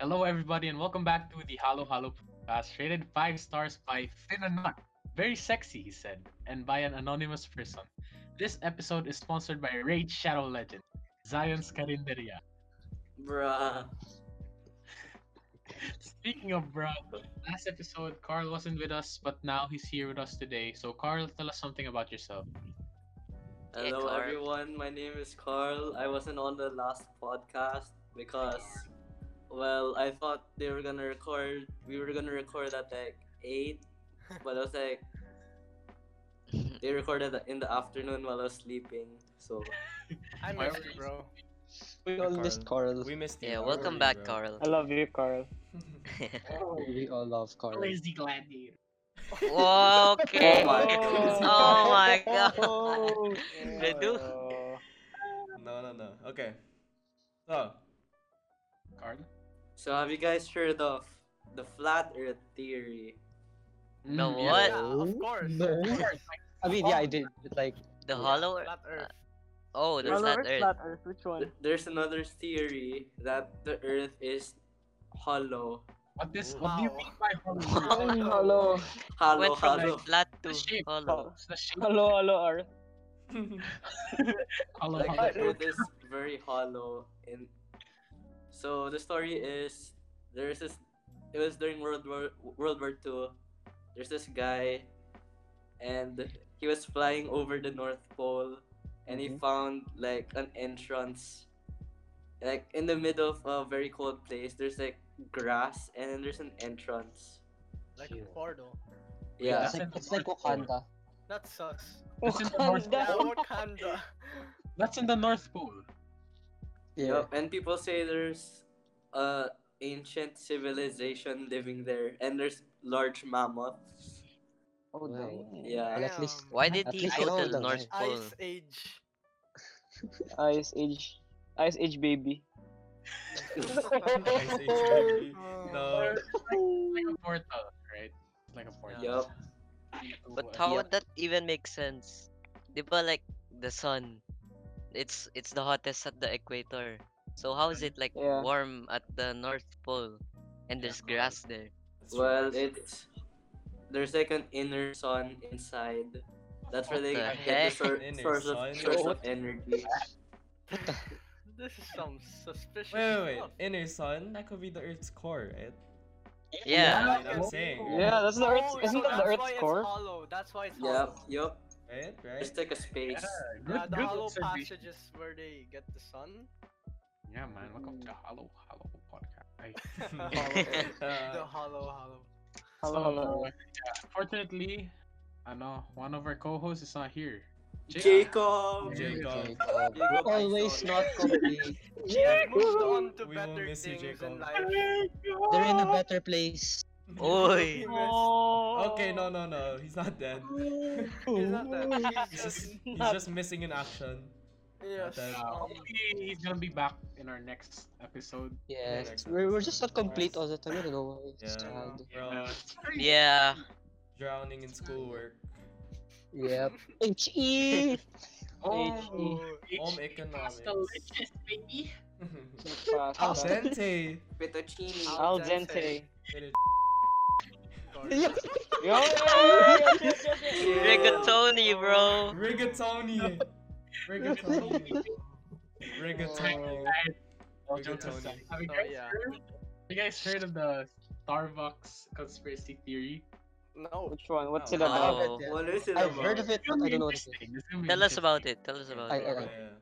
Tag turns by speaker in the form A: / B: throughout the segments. A: Hello, everybody, and welcome back to the Halo Halo podcast, rated five stars by Finanut. Very sexy, he said, and by an anonymous person. This episode is sponsored by Raid Shadow Legend, Zion's Carinderia.
B: Bruh.
A: Speaking of bruh, last episode, Carl wasn't with us, but now he's here with us today. So, Carl, tell us something about yourself.
C: Yeah,
B: Hello,
C: Carl.
B: everyone. My name is Carl. I wasn't on the last podcast because, well, I thought they were gonna record. We were gonna record at like eight, but I was like, they recorded in the afternoon while I was sleeping. So
D: I
A: Why
D: missed
A: were
D: you,
A: you
D: bro.
E: We all missed Carl.
D: We missed
C: Yeah,
D: you. bro.
C: welcome
D: Sorry,
C: back,
D: bro.
C: Carl.
E: I love you, Carl.
A: Oh,
E: We all love Carl.
A: lazy gladiator.
C: okay.
B: Oh my goodness.
C: Oh my god.
D: Yeah.
C: do.
D: No, no, no. Okay. So,
A: Carl?
B: So have you guys heard of the flat Earth theory?
C: No,
A: Mm,
C: what?
D: Uh,
A: yeah.
E: of
F: Oh,
E: course. No.
A: Of course,
E: I mean, yeah, I did. But like,
C: The hollow earth.
D: flat Earth.
C: Oh, there's not earth.
E: Which
B: Th- There's another theory that the Earth is hollow.
A: What this? What do you
D: Wow.
A: mean by
D: Wow.
A: hollow?
E: Hello,
B: Hollow,
C: Went from
B: hollow.
C: flat
A: The
C: to
A: shape.
C: hollow.
A: It's the shape.
E: hello, hello, Earth.
A: Hollow,
B: like
A: hollow.
B: the earth is very hollow and so the story is there's this it was during world war world war two there's this guy and he was flying over the north pole and he
E: Mhm.
B: found like an entrance like in the middle of a very cold place there's like grass and then there's an entrance
D: Like
E: Shit.
D: Portal.
B: yeah
E: It's like, it's like Wakanda.
D: That sucks.
A: That's in the North
E: Wakanda.
A: Pole.
D: Wakanda.
A: That's in the North Pole.
E: Yeah.
B: Yup, and people say there's a ancient civilization living there, and there's large mammoths.
E: Oh,
B: Yeah.
E: Well, at least
C: Why did
E: At
C: he
E: least I
C: go
E: know
C: to the
E: the
C: North Pole?
D: Ice Age.
F: Ice Age. Ice Age baby.
D: Ice Age, baby. No.
A: like a portal, right? Like a portal.
B: Yup.
C: But how
A: Yeah.
C: would that even make sense? Di ba like the sun? It's it's the hottest at the equator. So how is it like
F: Yeah.
C: warm at the North Pole? And there's grass there.
B: Well, it's there's like an inner sun inside. That's where they
C: What the
B: get the
C: heck?
B: sor-
D: Inner
B: source
D: sun?
B: of source of energy.
D: This is some suspicious
G: Wait, wait, wait.
D: stuff.
G: Inner sun? That could be the Earth's core, right?
C: Yeah.
D: Yeah.
G: That's what I'm saying, right?
F: Yeah, that's the Earth's.
D: Oh, so
F: isn't that the
D: that's
F: Earth's
D: why
F: core?
D: It's hollow. That's why it's
B: Yup,
D: hollow.
B: yup.
G: Right, right?
B: There's like a space.
A: Good,
D: Yeah, the
A: good
D: hollow
A: observation.
D: passages where they get the sun.
A: Yeah, man. Welcome to the Hollow Hollow podcast. I,
D: The
G: Uh,
D: hollow, hollow.
F: Hello, hello.
A: yeah, fortunately, I know one of our co-hosts is not here. Yeah.
B: Jacob.
G: Jacob.
E: Jacob.
B: Jacob
E: Always
B: Bison.
E: not complete.
D: They've moved on to
G: We will
D: better
G: miss you,
D: things in
G: Jacob.
D: life.
E: They're in a better place.
C: Oy.
D: He missed.
F: Oh.
G: Okay, no, no, no. He's not dead.
D: He's not that.
G: He's
D: He's
G: just,
D: just
G: he's just missing in action.
D: yes.
G: Not that-
D: um,
A: Hopefully, he's gonna be back in our next episode.
E: Yeah,
G: Next
E: we're, we're
G: episode.
E: just not complete all the time. I don't know. why. It's
G: Yeah.
E: sad.
G: Bro,
C: Yeah.
G: drowning in schoolwork.
E: Yep. H-E!
C: E.
A: Oh,
G: Home
A: H-
G: economics.
A: delicious, baby.
E: Oh.
G: Al
F: Pasta.
G: dente.
B: Fettuccine.
F: Al dente. Yo.
C: Rigatoni, bro.
G: Rigatoni. Rigatoni. Rigatoni.
A: All
G: Big
A: jokes
G: Tony.
A: aside, have you
C: Oh,
D: So,
A: guys
D: yeah.
A: heard? You guys heard of the Starbucks conspiracy theory?
D: No.
F: Which one? What's it
G: Oh.
F: about?
C: Oh.
B: What is it
E: I've
B: about?
E: heard of it, but I don't know what it is.
C: Tell us about it. Tell us about
E: I-
C: it.
E: I-
G: Yeah.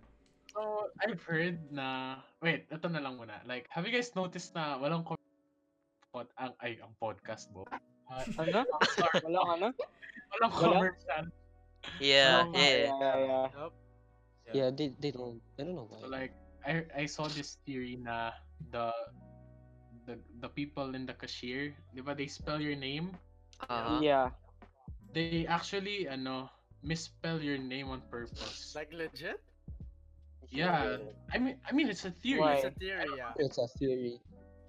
A: So, I've heard na... Wait, ito na lang muna. Like, have you guys noticed na walang ko... Pod, ang, ay, ang podcast mo. Uh,
F: Ano?
A: I'm sorry,
F: Wala ka na?
A: walang
F: Wala?
A: commercial.
C: Yeah,
A: Oh,
E: uh,
C: yeah.
F: Yeah, yeah.
E: Yeah, they, they don't. I don't know
A: So,
E: why.
A: like, I, I saw this theory na the the the people in the cashier, di ba they spell your name?
C: Uh-huh.
F: Yeah.
A: They actually, ano, misspell your name on purpose.
D: Like legit?
A: Yeah, I mean, I mean, it's a theory,
F: Why?
D: It's a theory, yeah.
E: It's a theory.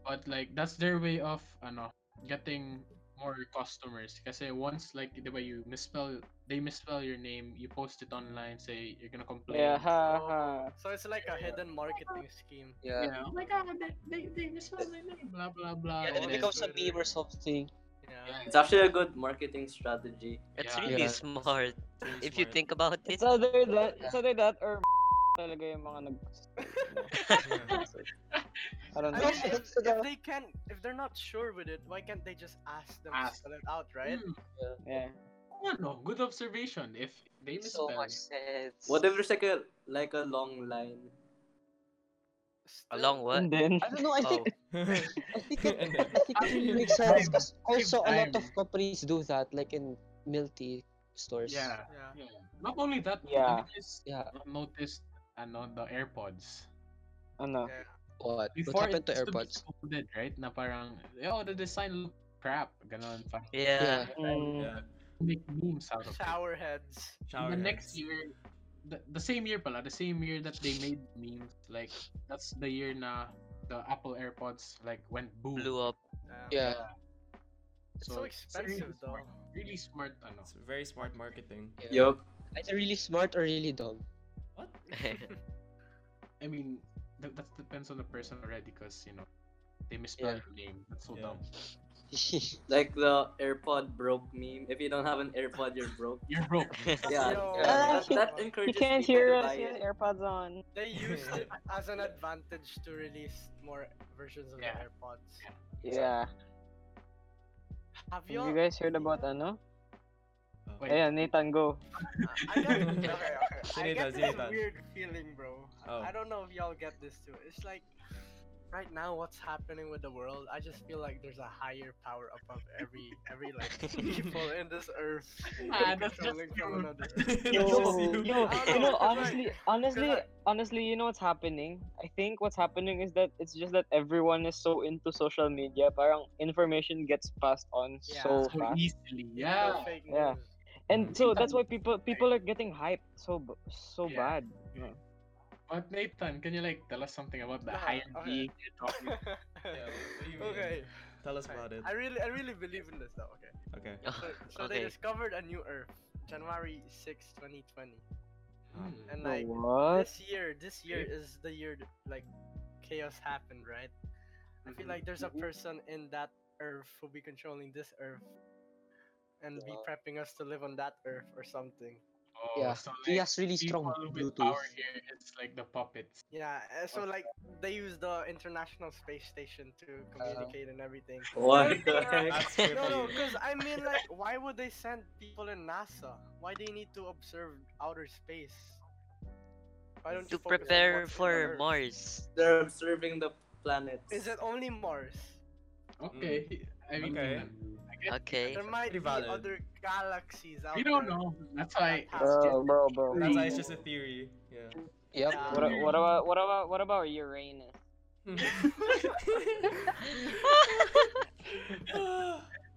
A: but like that's their way of, ano, getting more customers. Kasi once like the way you misspell, they misspell your name, you post it online, say you're gonna complain.
F: Yeah, ha ha.
D: So it's like a hidden marketing scheme.
E: Yeah.
A: Yeah, oh my god, they, they, they misspelled my name, blah blah blah.
E: Yeah,
A: and
E: it
A: then-
E: becomes a meme or something.
D: Yeah.
B: It's actually a good marketing strategy.
C: It's
A: Yeah.
C: really
E: Yeah.
C: smart
G: Really
C: if you
G: smart.
C: think about it.
F: It's either that, it's either that or talaga yung mga nag...
G: Yeah.
F: I don't
D: I
F: know.
D: mean, if, if they can, if they're not sure with it, why can't they just ask them to
A: Ask.
D: spell it out, right?
F: Mm.
A: Hmm,
F: Yeah.
A: I don't know, Good observation. If they misspell,
E: So much sense.
B: What if there's like a like a long line?
C: A
D: Still-
C: long Oh. what?
F: And then,
E: I don't know. I think I think it,
G: And
E: I think it makes sense. 'cause Also, a lot of companies do that, like in multi stores.
A: yeah,
D: Yeah.
A: yeah. Not only that,
F: Yeah.
A: have you guys
E: Yeah.
A: noticed ano, the AirPods.
F: ano,
D: Yeah.
E: What?
A: Before
E: what happened to
A: it used be
E: AirPods?
A: Stupid, right? Na parang, oh, the design look crap. Ganon. Parang,
C: Yeah.
F: mm,
G: Yeah.
A: make memes out of it.
D: Shower heads.
G: Shower
A: the
G: heads.
A: next year, the, the same year pala, the same year that they made memes, like, that's the year na the Apple AirPods, like, went boom.
C: Blew up.
D: Um,
E: Yeah.
D: It's so expensive
A: really
D: though.
A: smart- Really smart, ano.
G: It's very smart marketing.
E: yeah.
B: Yup.
E: Either really smart or really dumb.
G: What?
A: I mean, that, that depends on the person already, because, you know, they misspell your name. That's so
G: Yeah.
A: dumb.
B: Like the AirPod broke meme. If you don't have an AirPod, you're broke.
A: You're broke.
B: Yeah.
D: Yo,
E: Yeah.
B: That,
F: Ah,
B: that
D: that's-
F: He
B: encourages
F: can't
B: people to
F: hear us.
B: buy
F: He has
B: it.
F: AirPods on.
D: they used it as an advantage to release more versions of
A: Yeah.
D: the AirPods.
A: Yeah.
F: Yeah.
D: Have
F: Have
D: you?
F: you guys heard about ano?
G: Oh.
A: Wait.
F: Ayan, Nathan, go.
D: I get, okay, okay. I
G: Sinita,
D: get this
G: Sinita.
D: weird feeling, bro.
G: Oh.
D: I don't know if y'all get this too. It's like right now, what's happening with the world? I just feel like there's a higher power above every every like people in this earth.
A: Ah, that's just
D: controlling from
A: you.
D: another earth.
G: That's just
F: Yo,
G: you.
F: yo,
D: I
F: you
D: don't know,
F: know,
D: 'cause
F: honestly, honestly,
D: I-
F: honestly, you know what's happening? I think what's happening is that it's just that everyone is so into social media. Parang information gets passed on
D: Yeah.
F: so
A: so
F: fast,
A: easily. Yeah.
D: Fake
F: Yeah.
D: news.
F: and so that's why people people are getting hyped so b- so
A: Yeah.
F: bad.
A: But Nathan, can you like tell us something about the
D: Nah,
A: higher
D: okay.
A: being you're talking
G: Yeah, what do you mean?
D: okay.
G: Tell us about it.
D: I really, I really believe in this though. Okay.
G: Okay.
D: So, so they
C: okay.
D: discovered a new Earth, January 6, 2020,
A: Hmm.
D: and
F: Bro,
D: like
F: what?
D: this year, this year is the year that, like chaos happened, right? I
A: Mm-hmm.
D: feel like there's a person in that Earth who'll be controlling this Earth and be
E: Yeah.
D: prepping us to live on that Earth or something.
A: Oh,
E: Yeah,
A: so
E: He
A: like,
E: has really strong
A: people with
E: Bluetooth.
A: power here, it's like the puppets.
D: Yeah. uh, So like they use the International Space Station to communicate and everything.
B: What the heck?
G: That's good
D: No,
G: for
D: no,
G: you.
D: because I mean, like, why would they send people in NASA? Why they need to observe outer space? Why don't
C: to
D: you focus on
C: prepare
D: what's on
C: for
D: Earth?
C: Mars.
B: They're observing the planets.
D: Is it only Mars?
A: Okay. I mean,
G: Mm. Okay.
A: I guess
C: Okay.
D: There might be
G: Pretty valid.
D: other galaxies out
A: we don't
D: there.
A: know. That's why.
D: That's
F: Bro, bro, bro.
G: That's why it's just a theory. Yeah.
E: Yep.
D: Yeah.
F: What, a- what about what about what about Uranus?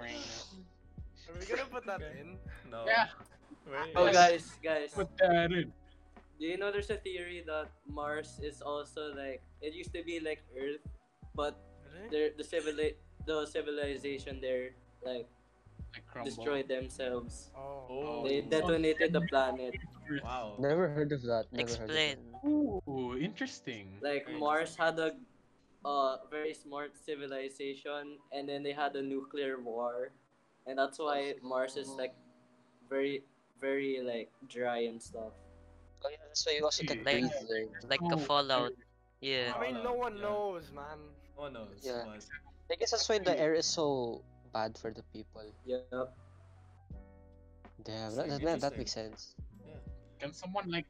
D: Are we gonna put that
G: Okay.
D: in?
G: no.
A: Yeah.
G: Wait.
B: Oh guys, guys.
A: Put that in.
B: Do you know there's a theory that Mars is also like it used to be like Earth, but there the civili- the civilization there like
A: Like crumble.
B: destroyed themselves.
D: Oh.
G: Oh.
B: They detonated the planet.
G: Wow.
E: Never heard of that. Never
C: Explain.
A: Ooh, interesting.
B: Like
G: Very
B: Mars had a uh, very smart civilization, and then they had a nuclear war, and that's why Mars is like very very like dry and stuff.
E: Heard of that. Oh, yeah, that's why you also can
A: Like-
E: breathe there.
C: Like a
A: Oh,
C: fallout. Yeah.
D: I mean, no
G: Fallout,
D: one
G: yeah.
D: knows, man.
G: Oh no. it's
E: Yeah.
G: fine.
E: I guess that's why the air is so bad for the people.
B: Yep.
E: Damn,
G: It's like
E: that, that, that, that
G: interesting.
E: makes sense.
A: Can someone like?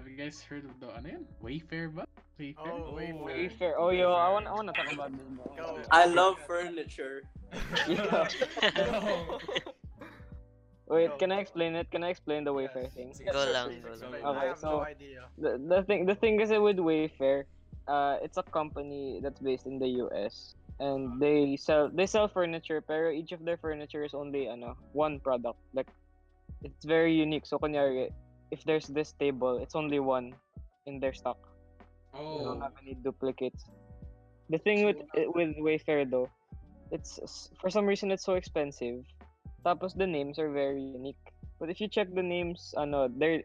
A: Have you guys heard of the ano yun? Wayfair ba? Wayfair.
D: Oh,
G: Oh.
D: wait.
F: Wayfair. Oh yo, I want I want to talk about this. Bro.
D: Go.
B: I love furniture.
F: Yeah.
G: No.
F: Wait, can I explain it? Can I explain the Wayfair
D: Yes.
F: thing?
G: Sige,
C: Go
G: sige,
C: lang,
G: sige,
C: go
G: sige.
D: I
F: lang. Okay,
D: have no
F: so-
D: idea.
F: the, the thing the thing is with Wayfair, uh, it's a company that's based in the U.S.
D: Uh-huh.
F: and they sell they sell furniture, pero each of their furniture is only ano one product. Like it's very unique. So kunyari, if there's this table, it's only one in their stock. They don't
A: Oh.
F: have any duplicates. The thing with eh, with Wayfair though it's s- for some reason it's so expensive. Tapos the names are very unique. But if you check the names, ano, they're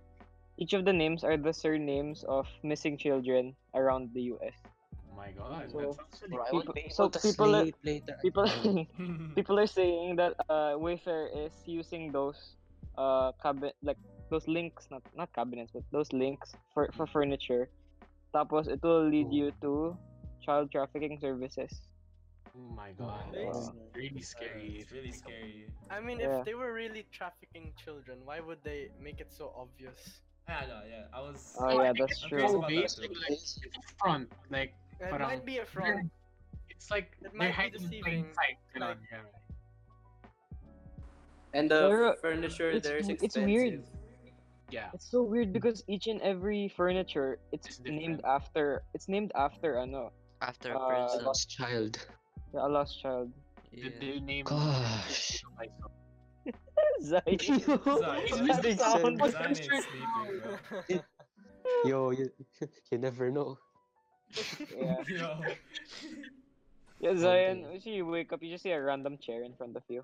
F: each of the names are the surnames of missing children around the US.
A: Oh my god,
F: So,
A: that's actually
E: Bro, I
F: People-
E: won't be
F: so
E: able to
F: people are-
E: sleep later.
F: People people are saying that uh, Wayfair is using those uh cabinet like those links not not cabinets but those links for for furniture. Tapos it will lead you to child trafficking services.
A: Oh my god,
G: Wow.
A: it's really scary.
G: It's really scary.
D: I mean,
F: Yeah.
D: if they were really trafficking children, why would they make it so obvious?
G: Yeah, no, yeah. I was.
F: Oh yeah, that's
G: I'm
F: true.
G: curious
A: So
G: about that
A: basically,
G: too.
A: like, it's a front. Like,
D: It
A: Parang-
D: might be a fraud.
A: it's like
D: It
A: they're
D: might be
A: hiding in plain
D: deceiving,
A: sight. you know,
D: like-
A: yeah.
B: And the
F: Pero,
B: furniture
F: it's
B: there is
F: w- it's
B: expensive.
F: weird.
A: Yeah.
F: It's so weird because each and every furniture
A: It's
F: it's
A: different.
F: named after it's named after ano
C: after
F: Uh,
E: I
C: person.
E: lost child.
F: yeah, a lost child.
A: Did
C: Yeah.
A: they name?
E: Gosh.
A: That
F: Zion.
E: makes
F: sound-
E: sense.
G: Zion is sleeping, bro.
E: Yo, you, you never know.
F: yeah.
G: Yo.
F: yeah, Zion.
E: day.
F: Actually, you wake up, you just see a random chair in front of you.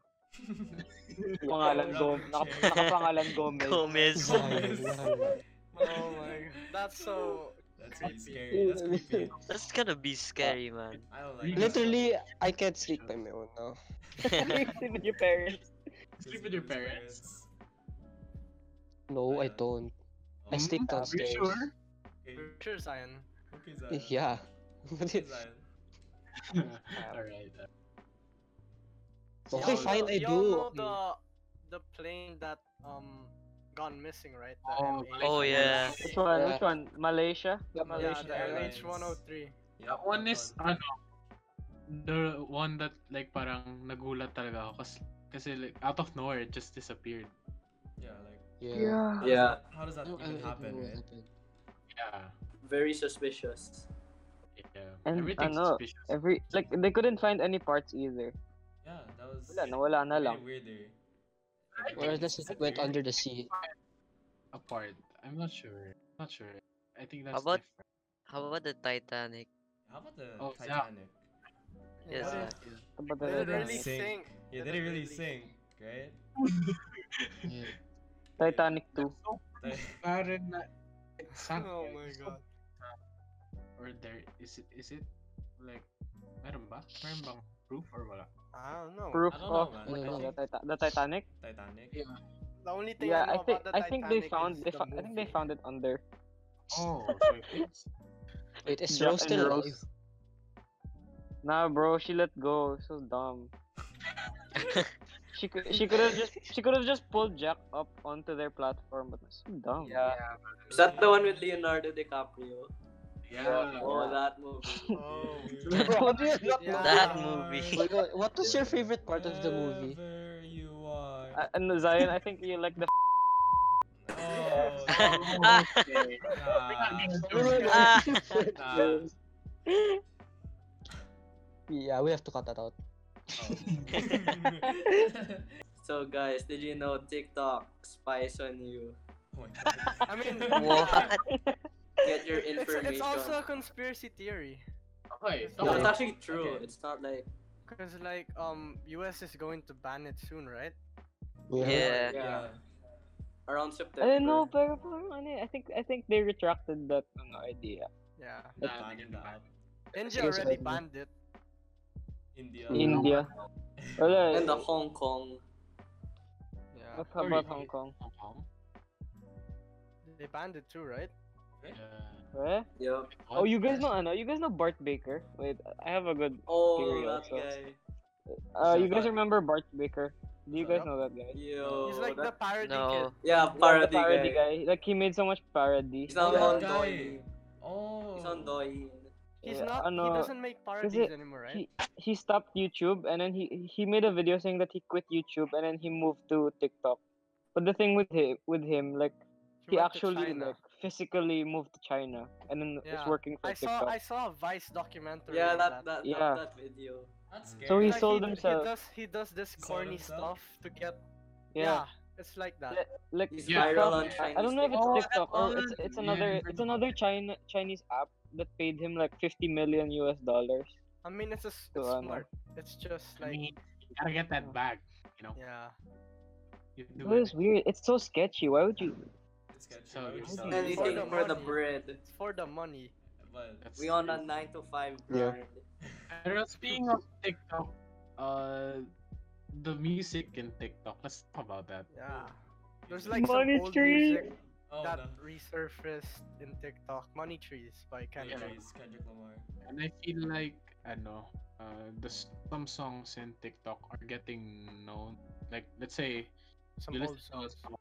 F: Pangalan Go-
G: Random
F: naka-
G: chair.
F: nakapangalan Gomez.
C: Gomez.
E: Zion,
G: Yes.
E: Zion.
D: Oh my god, that's so.
G: That's really scary. That's
E: Creepy.
G: creepy.
C: That's gonna be scary, man.
G: I don't like.
A: Really?
G: that.
E: Literally, I can't sleep by my own now.
F: Sleep with your parents.
A: Sleep with your parents.
E: No, I don't. I
A: Hmm?
G: Um,
E: sleep
A: Are you
E: downstairs.
A: sure?
G: Okay.
D: Sure, Zion.
G: Okay, Zion.
E: Yeah. What
G: Okay,
E: is-
G: Zion.
A: Hmm? All right. uh,
E: okay,
D: Y'all
E: fine,
D: know-
E: I
D: y'all
E: do.
D: know the, the plane that um gone missing, right? The
A: Oh,
D: MH.
C: oh, yeah.
F: Which one?
E: Yeah.
F: Which one? Malaysia.
E: Yeah,
D: Yeah, the MH
G: Malaysia
D: 103.
G: Yeah,
A: That one
G: that
A: is ano the one that like parang nagulat talaga ako kasi, kasi like out of nowhere it just disappeared.
G: Yeah, like.
E: Yeah.
G: how does
B: Yeah.
G: that- How does that
E: No, I
G: even
E: don't
G: happen,
E: know what
G: right?
E: happened.
A: Yeah.
B: Very suspicious.
A: Yeah.
F: And,
A: Everything's
F: ano,
A: suspicious.
F: Every like they couldn't find any parts either.
G: Yeah, that was.
F: Wala, nawala na
G: really
F: lang.
G: Weirder.
E: Or unless it went under the sea.
A: apart. I'm not sure. not sure. I think that's
C: About-
A: different.
C: How about the Titanic?
G: How about the
A: Oh, yeah.
G: Titanic?
C: Yes.
G: What
C: Yeah.
G: if-
F: About
D: Did
F: the
D: it really
G: Sink.
D: sink?
G: Yeah,
D: Did
G: did it
D: it
G: really
D: really
G: sink, right?
E: Yeah.
F: Titanic 2.
A: So
G: Ti-
A: parang na exact.
D: Oh my god.
A: Or there is it is it like meron ba? Meron bang proof or wala?
D: I don't know.
F: Proof
G: I don't know,
F: of
G: man.
E: I
F: ano,
E: think-
F: the, Tita- the Titanic.
G: Titanic.
A: Yeah.
D: The only thing
F: Yeah,
D: I
F: I
D: know
F: think
D: about the
F: I think they
D: Titanic
F: found
D: is
F: they
D: the
F: found I think they
D: movie.
F: found it under.
A: Oh, so it is.
E: Wait, is
F: Jack
E: Rose
F: and
E: still alive?
F: Rose. Nah, bro, she let go. So dumb. She could she could have just she could have just pulled Jack up onto their platform, but so dumb.
B: Yeah. Is that the one with Leonardo DiCaprio?
A: Yeah.
B: Oh, that movie.
D: Oh.
E: Bro, do you not
D: Yeah.
E: know?
C: That
G: Yeah.
C: movie.
E: Oh my God, What was your favorite part of the movie?
G: Wherever you are.
F: Uh, and Zion, I think you like the
E: Uh,
G: Oh,
C: Ah,
G: nah.
C: Ah.
G: Ah.
E: yeah, we have to cut that out.
G: Oh.
B: So guys, did you know TikTok spies on you?
G: Oh my God.
D: I mean,
C: what?
B: Get your
D: It's,
B: information.
D: it's also a conspiracy theory.
A: Okay, so
B: No, it's
E: Yeah.
B: actually true.
G: Okay.
B: It's not like
D: Because, like, um, US is going to ban it soon, right?
C: Yeah.
B: yeah. Around September.
F: I don't know, pero parang ano eh, I think I think they retracted that ano, idea.
D: Yeah.
A: Nah,
G: Ban
A: they
G: in
A: didn't
G: the
A: ban.
G: app.
D: India
E: Yes,
D: already
E: I know.
D: banned it.
G: India.
F: India. Wala. eh,
B: And the Hong Kong.
D: Yeah.
F: What about
A: Sorry.
F: Hong Kong?
A: Hong Kong?
D: They banned it too, right?
A: Yeah.
F: Eh?
B: Yep.
F: Oh, you guys know ano? You guys know Bart Baker? Wait, I have a good.
B: Oh,
F: Theory
B: that
F: also.
B: guy.
F: Uh, you
G: Is that
F: guys
G: Bart-
F: remember Bart Baker? Do you
G: Is that
F: guys know that guy?
B: Yo.
D: He's like the
B: that-
D: parody
C: no.
B: Yeah,
F: Yeah, the
B: parody,
F: parody
B: guy.
F: guy. Like he made so much parody.
B: He's not
G: Yeah.
B: on
G: Guy.
B: Douyin.
G: Oh.
B: He's on Douyin.
D: kid. He's
F: Yeah,
D: not.
F: ano,
D: he doesn't make parodies
F: it-
D: anymore, right?
F: he, he stopped YouTube and then he he made a video saying that he quit YouTube and then he moved to TikTok. But the thing with him with him like he,
D: went to
F: actually
D: China.
F: like physically moved to China and then is
D: Yeah,
F: working for
D: I saw.
F: TikTok.
D: I saw a Vice documentary.
B: Yeah,
D: on
B: that that,
F: Yeah.
B: that, that video.
G: That's
F: So
G: scary.
F: he
D: Like,
F: sold
D: he,
F: himself.
D: He does. He does this
G: He sold
D: corny
G: himself?
D: stuff to get.
F: yeah.
D: it's like that.
F: Yeah, like
B: He's
A: Yeah.
B: viral on
A: Yeah.
B: Chinese.
F: I I don't know if it's
A: Oh, that
F: TikTok or it's
A: one.
F: it's
A: Yeah,
F: another
A: I've heard
F: it's
A: about
F: another
A: it.
F: China Chinese app that paid him like 50 million US dollars.
D: I mean, it's just
F: So,
D: it's
F: ano.
D: smart. It's just
A: I
D: like
A: mean, you gotta get that bag. You know,
D: yeah.
A: you
F: It
A: do
F: was
A: it.
F: weird. It's so sketchy. Why would you?
G: It's catchy.
A: So
G: Why
A: you're
G: would you
A: saying-
G: sell it?
D: Anything
B: Anything for the
D: money.
B: bread.
D: It's for the money.
G: But
A: That's
B: We on a
A: crazy.
B: nine to five
E: Yeah.
B: grind.
A: I don't know, speaking of TikTok, uh, the music in TikTok. Let's talk about that.
D: Yeah.
G: you
D: There's
G: should-
D: like some
F: Money
D: old
F: tree.
D: music
G: oh,
D: that
G: no.
D: resurfaced in TikTok. Money Trees by Kendrick.
A: Yeah.
G: Trees, Kendrick Lamar.
A: And I feel like ano, uh, the s- some songs in TikTok are getting known. Like let's say
D: Some
A: you
D: old
A: listen to a
D: songs.
A: song,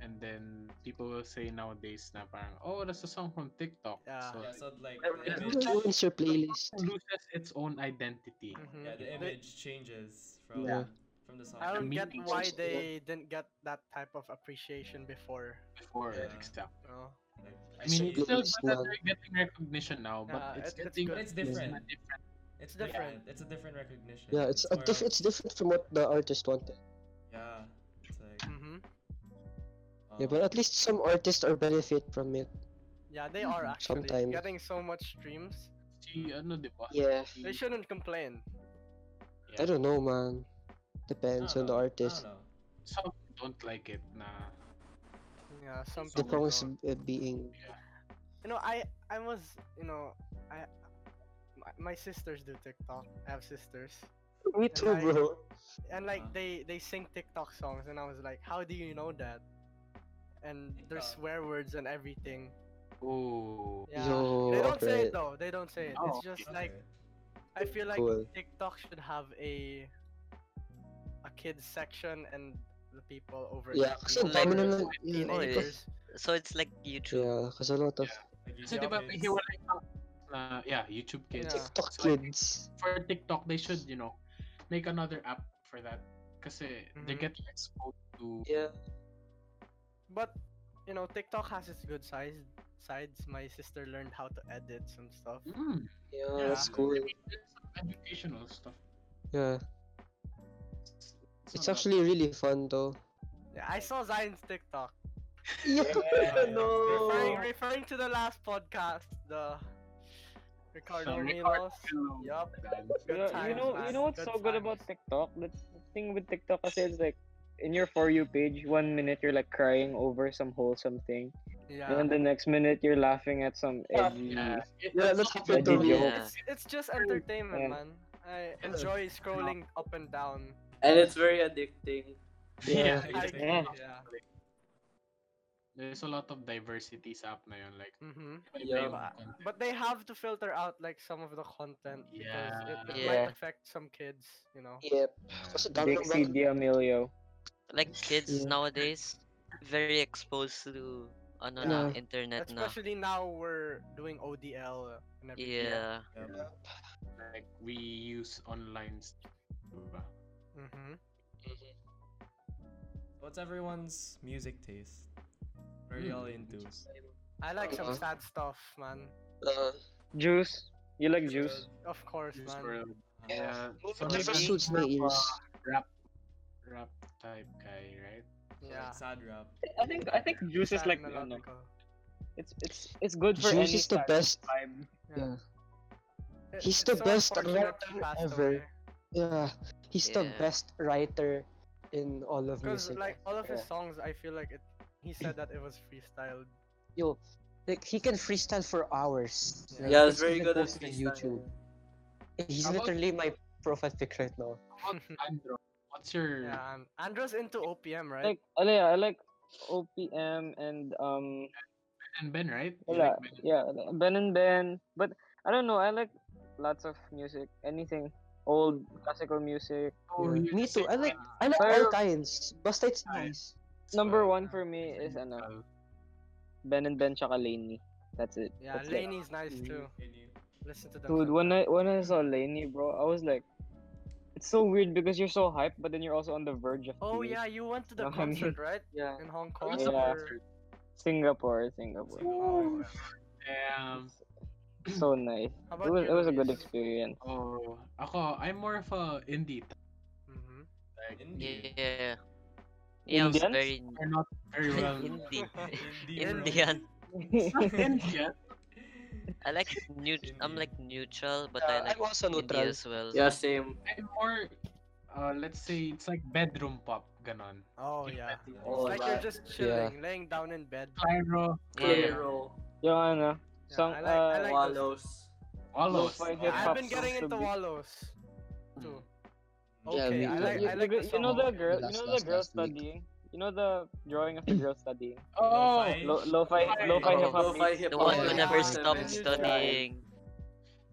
A: and then people will say nowadays na parang, oh, that's a song from TikTok.
D: Yeah.
A: So
G: Yeah, so like
A: Every-
G: the
A: every
G: image,
A: time-
E: Influence your playlist.
A: it loses its own identity.
D: Mhm.
G: yeah, the
D: They-
G: image changes from
E: Yeah.
G: from the song.
D: I don't get
A: meetings.
D: why they didn't get that type of appreciation before.
A: Before
G: Yeah.
A: TikTok.
D: You know?
G: Like,
A: I mean, it's
E: Simply
A: still
E: it's
A: good that
E: not-
A: they're getting recognition now, but
D: Yeah,
A: it's
D: it- it's
A: getting
D: good.
G: But it's different.
A: a different.
G: It's
D: different.
G: different. It's a different recognition.
E: Yeah, it's a
G: more
E: diff-
G: of-
E: it's different from what the artist wanted.
G: Yeah. It's like.
D: hmm
G: um,
E: Yeah, but at least some artists are benefit from it.
D: Yeah, they are
G: Mm-hmm.
E: Mhm.
D: actually
E: Sometimes.
D: getting so much streams.
A: Si, ano, uh, di ba?
E: Yeah.
G: Mm-hmm.
D: They shouldn't complain.
E: I don't know,
D: Oh
E: man. Depends on the artist.
G: I don't know.
A: Some don't like it na
D: Yeah, some
E: The
D: people
E: problem
D: don't.
E: is uh, being
D: You know, I I was you know I my, my sisters do TikTok. I have sisters,
E: Me
D: I-
E: too, bro.
D: and like
G: Uh-huh.
D: they they sing TikTok songs, and I was like, how do you know that? And there's
G: TikTok.
D: swear words and everything.
A: oh
D: Yeah.
E: Yo,
D: they don't say it
E: okay.
D: though. They don't say it.
A: Oh,
D: it's just
G: Okay.
D: like I feel like
E: Cool.
D: TikTok should have a a kids section and the people over 18
E: Yeah, kasi ang
C: Like-
E: dami na lang.
C: Oh,
E: Yeah,
D: teenagers.
C: So it's like YouTube.
E: yeah, kasi a lot of
G: Like, you
A: Kasi
G: get
A: di ba
G: kids.
A: may hiwalay pa na yeah, YouTube Kids.
D: Yeah.
E: TikTok
A: So, like,
E: kids.
A: for TikTok, they should, you know, make another app for that. Kasi they're
D: Mhm.
A: getting exposed to
E: Yeah.
D: But you know, TikTok has its good sides. Sides. My sister learned how to edit some stuff.
A: Mm,
E: Yeah, Oh,
D: Yeah.
E: that's cool.
A: I mean, there's some educational stuff.
E: Yeah.
A: It's, not
D: Uh-huh.
E: It's
A: bad.
E: actually really fun though.
D: Yeah, I saw Zion's TikTok.
E: Yeah,
G: yeah,
E: no.
D: Referring, referring to the last podcast, the Ricardo
A: Sorry,
D: Milos.
A: Hello,
D: Yup.
A: guys.
D: Good
F: Yeah, you
D: times,
F: know, you
D: man.
F: know what's
D: Good
F: so good about
D: times.
F: TikTok? The the thing with TikTok kasi it's like in your for you page, one minute you're like crying over some wholesome thing, and
D: Yeah.
F: then the next minute you're laughing at some edgy.
A: Yeah, it- it's
E: Yeah,
A: not
E: let's keep
A: bad.
E: it to real.
C: Yeah.
D: It's, it's just entertainment,
F: Yeah.
D: man. I enjoy scrolling up and down.
B: And it's very addicting.
A: Yeah.
E: Yeah.
A: it's-
F: Yeah.
D: Yeah.
A: There's a lot of diversity sa app na yun. Like,
D: Mm-hmm.
A: iba-iba
B: Yeah.
A: yung content.
D: But they have to filter out like some of the content because it, it
F: Yeah.
D: might affect some kids, you know.
E: Yep. Kasi dami ng
F: Dixie D'Amelio.
C: Like kids
E: Yeah.
C: nowadays, very exposed to ano na
E: Yeah.
C: internet na.
D: Especially now we're doing ODL and everything.
C: Yeah.
G: Yeah, but-
A: like, we use online stuff, diba?
D: Mm-hmm.
G: What's everyone's music taste? What are you all
A: Hmm,
G: into?
A: interesting.
D: I like some
E: Uh-huh.
D: sad stuff, man.
E: Uh,
F: Juice. You like juice?
D: Of course,
A: Use
D: man.
A: for-
E: Yeah.
A: Yeah. So
E: it
A: maybe
E: just suits my
A: you're a
E: ears.
A: Rap, rap type guy, right?
D: Yeah.
G: Like sad rap.
F: I think I think juice is
D: Sad
F: like ano,
D: melodical.
F: it's it's it's good for
E: Juice
F: any
E: is the
F: type of
E: best.
F: vibe.
E: Yeah.
D: It-
E: He's
D: it's
E: the
D: so
E: best
D: unfortunate
E: rapper
D: he passed
E: ever.
D: away,
E: Yeah. He's the
C: Yeah.
E: best writer in all of
D: Because
E: music.
D: like all of his
E: Yeah.
D: songs, I feel like it. He said that it was freestyled.
E: Yo, like he can freestyle for hours.
D: Yeah.
E: Like,
B: Yeah, it's
E: it's
B: very
E: even
B: good at
E: posted on
B: freestyle.
E: YouTube. He's
A: How about-
E: literally my profile pic right now.
A: How about Andro? What's your
D: yeah, um, Andrew's into OPM, right?
F: Hmm. Like ano yeah, I like OPM and um
A: and Ben, right? You
F: Wala.
A: like Ben?
F: Yeah, like Ben and Ben. But I don't know. I like lots of music. Anything old classical music.
A: Oh,
E: Yeah.
A: you're
E: Me
A: the
E: too.
A: same
E: I like
A: one.
E: I like
F: Pero-
E: all kinds. Basta it's
A: Ay.
E: nice.
F: Number
A: So,
F: one for me is ano
A: uh,
F: Ben and Ben tsaka Laney. That's it.
D: Yeah,
F: That's it.
D: Laney's nice too.
G: Can you?
D: Listen to them.
F: Hmm. Dude,
D: sometimes.
F: when I when I saw Laney, bro, I was like, it's so weird because you're so hyped, but then you're also on the verge of.
D: Oh
F: tears.
D: yeah, you went to the
F: Know what I mean?
D: concert, right?
F: Yeah.
D: In Hong
A: I
D: Kong. Oh,
A: was a
F: Yeah.
A: concert.
F: Singapore, Singapore.
G: Ooh.
E: Um,
A: Damn.
F: So nice.
D: How
F: It
D: about
F: was
D: you,
F: it was a good
D: Luis?
F: experience.
A: Oh, ako, I'm more of a indie type.
D: Mhm.
A: Like,
G: Indie.
C: Yeah. Yeah, I was
F: Indians?
C: very
A: we're not very well.
C: indie.
G: Indie. bro.
C: Indian.
A: It's not Indian.
C: I like neut. I'm
G: Indeed.
C: like neutral, but
E: Yeah,
C: I like
E: I'm also
C: indie
E: neutral.
C: as well.
B: Yeah, same.
A: I'm more, uh, let's say it's like bedroom pop, ganon.
D: Oh
A: Yung
D: yeah.
A: bedroom
B: Oh,
A: pop.
D: Like you're
B: that-
D: just chilling, laying down in bed.
A: Pyro,
C: Yeah.
B: Pyro,
F: Yung ano,
D: Yeah,
F: song,
D: I like- I
F: uh,
D: like-
B: Walos.
A: Wallows.
F: Lo-fi
A: oh,
F: hip-hop
D: I've been getting
F: songs to
D: into
F: be- Hmm.
D: Wallows. Too.
E: Yeah,
D: Okay, I
E: we- we-
D: like,
F: you,
D: I like
F: you,
D: the
F: you know
D: song.
F: the girl,
E: Last-
F: you know
E: last-
F: the girl
E: last week.
F: studying. You know the drawing of the girl studying.
A: Oh,
F: Lo, lo-fi,
A: Lo-fi.
F: lo-fi
C: Oh.
F: hip hop.
B: Lo-fi
F: beats.
B: hip
C: The
B: hop.
C: one
E: Oh,
C: who
E: yeah.
C: never
E: Yeah.
C: stopped
D: Yeah.
C: studying.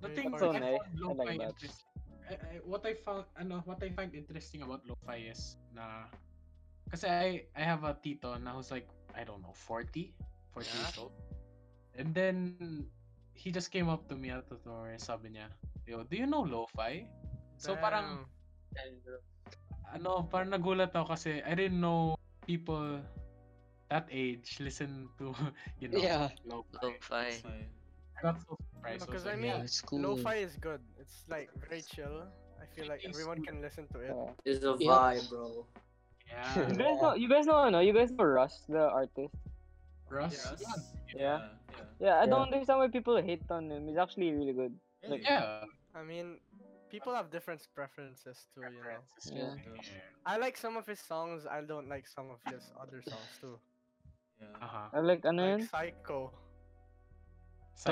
A: The
D: Very
A: thing is, I
D: fun.
A: found
F: Nice. I
A: lo-fi
F: like that.
A: interesting. I, I, what I found, ano, what I find interesting about lo-fi is na, kasi I, I have a tito na who's like, I don't know, 40? 40 years old. And then, he just came up to me out of nowhere and sabi niya, Yo, do you know lo-fi? So parang,
D: Damn.
A: ano, parang nagulat ako kasi I didn't know people that age listen to, you know,
E: Yeah.
A: lo-fi.
C: Lo-fi.
G: Fine.
A: I got so surprised. I
D: No, 'cause
A: was
D: I
A: like,
D: mean,
E: Yeah, it's cool. Uh,
D: Lo-fi is good. It's like very chill. I feel like
A: It is
D: everyone
A: good.
D: can listen to it.
F: Uh,
B: It's a
E: Yeah.
B: vibe, bro.
A: yeah.
F: you guys know, you guys know, ano, you guys know Russ, the artist.
A: Russ,
D: Yes.
A: yeah,
G: Yeah.
F: Yeah, I
E: Yeah.
F: don't understand why people hate on him. He's actually really good.
G: Really?
A: Yeah.
D: I mean, people have different preferences too, you know.
A: Preferences,
E: Yeah.
A: yeah.
D: I like some of his songs. I don't like some of his other songs too.
G: Yeah.
A: Uh-huh.
F: I like ano yun?
D: Like Psycho.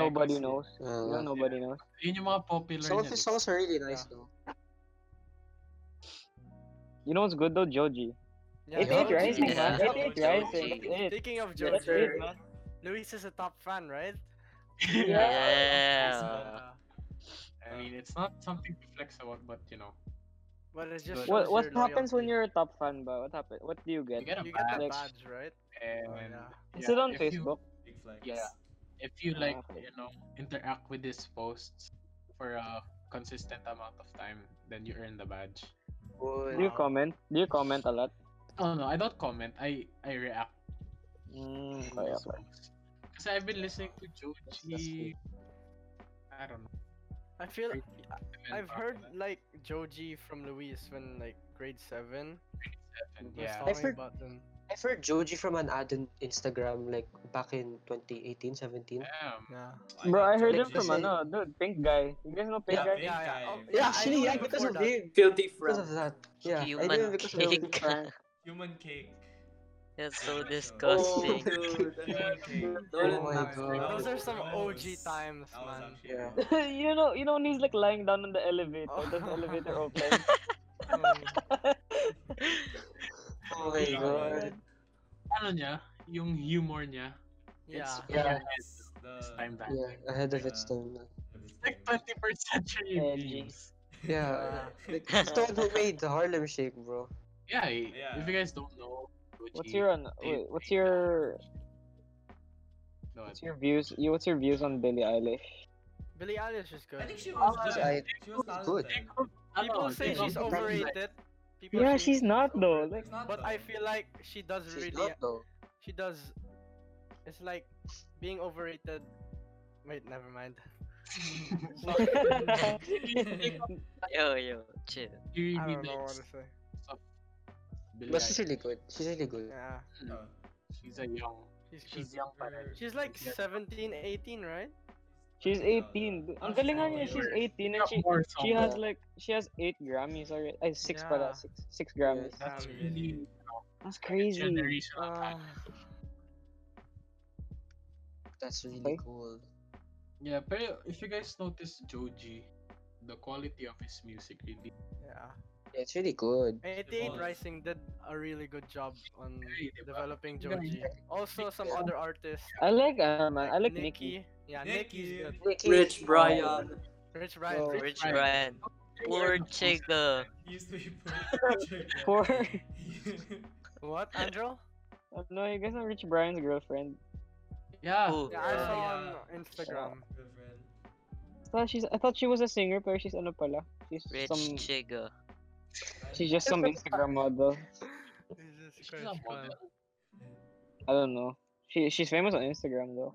F: Nobody
A: Psychos,
F: knows.
E: Uh,
F: Yeah, nobody knows.
A: Yun yung mga popular
E: some of
A: niyan
E: his
A: eh.
E: songs are really nice though.
F: You know what's good though, Joji.
D: Yeah,
F: It
D: Joji.
F: ain't rising,
C: Yeah.
F: man. It ain't
C: Joji.
F: rising.
C: Joji.
F: It.
D: Speaking of
B: Yeah,
D: Joji,
F: That's
B: sure.
F: it, man.
D: Luis is a top fan, right?
C: Yeah.
A: I mean, it's not something to flex about, but you know,
D: But it just
A: Good.
F: What
D: shows
F: what
D: your
F: happens when
D: loyalty.
F: you're a top fan, ba? What happen? What do
A: you
F: you get?
A: get a
D: you get
A: badge
D: the
F: Like-
D: badge, right?
A: and
D: Oh, yeah.
F: Is
A: yeah,
F: it on
A: if you-
F: Facebook?
G: Big flex.
A: Yeah. if you
F: Ah,
A: like,
F: okay.
A: you know, interact with these posts for a consistent amount of time, then you earn the badge.
F: Do you
D: Wow.
F: comment? Do you comment a lot?
A: Oh no, I don't comment. I I react
F: Mm,
A: to
F: okay,
A: those
F: okay.
A: posts. Because I've been listening to Joji. I don't know.
D: I feel
A: Great
D: I've
A: Talk
D: heard
A: about
D: like Joji from Luis when like grade seven.
A: seven,
D: was
A: Yeah.
D: talking
E: I've heard-
D: about them.
E: I've heard Joji from an ad in Instagram like back in 2018, 17.
A: Damn.
D: Yeah.
F: Bro, I heard
E: Like
F: him from
E: this-
F: ano, dude, pink guy. You guys know pink
E: Yeah.
F: guy?
G: Big
D: Yeah, yeah.
G: guy.
D: Oh,
E: Yeah,
D: I
E: actually,
D: knew
E: yeah,
D: him
E: because
D: before
E: of
D: that.
E: him.
B: Filthy
E: Because
B: friend.
E: of that. Yeah, I
C: Human
E: knew him because of him.
C: cake.
G: Human cake.
C: That's so
G: Yeah.
B: Oh,
C: disgusting.
B: dude.
G: Human cake.
B: Don't
E: Oh my
B: knock
E: God.
B: me out.
D: Those are some
G: That
D: OG
G: was-
D: times,
G: that was
D: man.
G: actually
E: Yeah.
G: good.
F: you know, you know when he's like lying down on the elevator,
D: Oh.
F: there's elevator open.
E: Oh my
G: Yeah.
E: god.
A: Ano niya? Yung humor niya.
D: yeah.
A: It's
E: Yeah.
G: Yes, the-
A: This time that.
E: Yeah, ahead of its
G: Yeah.
E: time.
G: this
A: Like
G: time.
A: 21st century
F: Edgy.
A: memes.
E: Yeah. Like, he's the one who made the Harlem Shake, bro.
A: Yeah, i-
G: Yeah.
A: If you guys don't know, Gucci,
F: what's your ano, wait, what's your
A: no,
F: what's your views? You what's your views on Billie Eilish?
D: Billie Eilish is good.
G: I think she was
E: was
G: good.
E: I-
G: She was
E: was good.
G: talented.
D: People say she's
E: Like-
D: overrated. People
F: Yeah,
D: say
F: she's not though.
D: overrated.
F: Like
G: It's not
D: But I
G: though.
D: feel like she does
E: She's
D: really.
E: not though.
D: She does. It's like being overrated. Wait, never mind.
C: yo, yo, chill.
A: You
D: I
A: read
D: don't know what to say.
E: But she's really good. She's really good.
D: Yeah,
G: Uh,
A: She's a young.
D: she's good.
A: She's young pa rin.
G: her-
D: She's like 17, 18, right?
F: she's
G: Yeah,
F: 18. dude. Ang
G: Actually,
F: galing nga niya,
G: yeah.
F: she's 18 and she
A: Or
F: she
A: something.
F: has like she has 8 Grammys already. Ay, 6 pala,
D: Yeah.
F: 6 six Grammys.
D: Yeah.
A: That's
D: Um,
A: really
F: That's crazy.
A: generational
D: Uh,
F: Ah.
A: talent.
E: That's really
F: Okay.
E: cool.
A: Yeah, pero if you guys notice Joji, the quality of his music really
D: yeah.
E: Yeah, it's really good.
D: 88
G: was.
D: Rising did a really good job on
A: Agree, diba?
D: developing
A: Yeah,
D: Joji. Also, some
E: Yeah.
D: other artists.
F: I like uh, man, I like Nicki.
D: Nikki. Yeah, Nikki's good.
E: Nicki-
B: Rich Brian.
D: Rich Brian.
E: Well,
D: Rich
C: Rich Brian. Poor Chica.
G: Used to be
F: Poor.
D: What, Andrew?
F: Oh, No, you guys know Rich Brian's girlfriend.
A: Yeah.
C: Who?
D: Yeah, I
G: Oh,
D: saw
G: yeah.
D: on Instagram.
F: I thought she's I thought she was a singer, pero she's ano pala? She's
C: Rich
F: some
C: Chiga.
F: she's just some Instagram model.
D: Jesus
A: She's
D: Christ,
A: a
D: man.
A: model.
F: I don't know. She she's famous on Instagram though.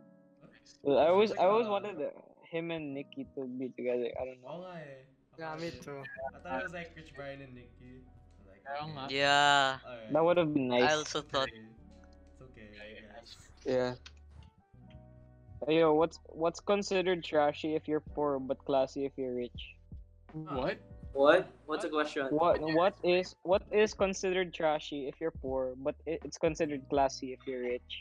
F: Dude, I always I always wanted the, him and Nikki to be together. I don't know.
G: Oh, nga eh.
D: Yeah, me
G: Akala-
D: too.
G: I thought it was like Rich Brian and Nicki. I'm Like,
A: Kaya nga.
G: okay.
C: Yeah.
G: Alright.
F: That would have been nice.
C: I also thought
G: It's okay. It's okay, I guess.
E: Yeah.
F: Yo, what's what's considered trashy if you're poor but classy if you're rich?
A: What?
B: What? What's the question?
F: What what is what is considered trashy if you're poor but it, it's considered classy if you're rich?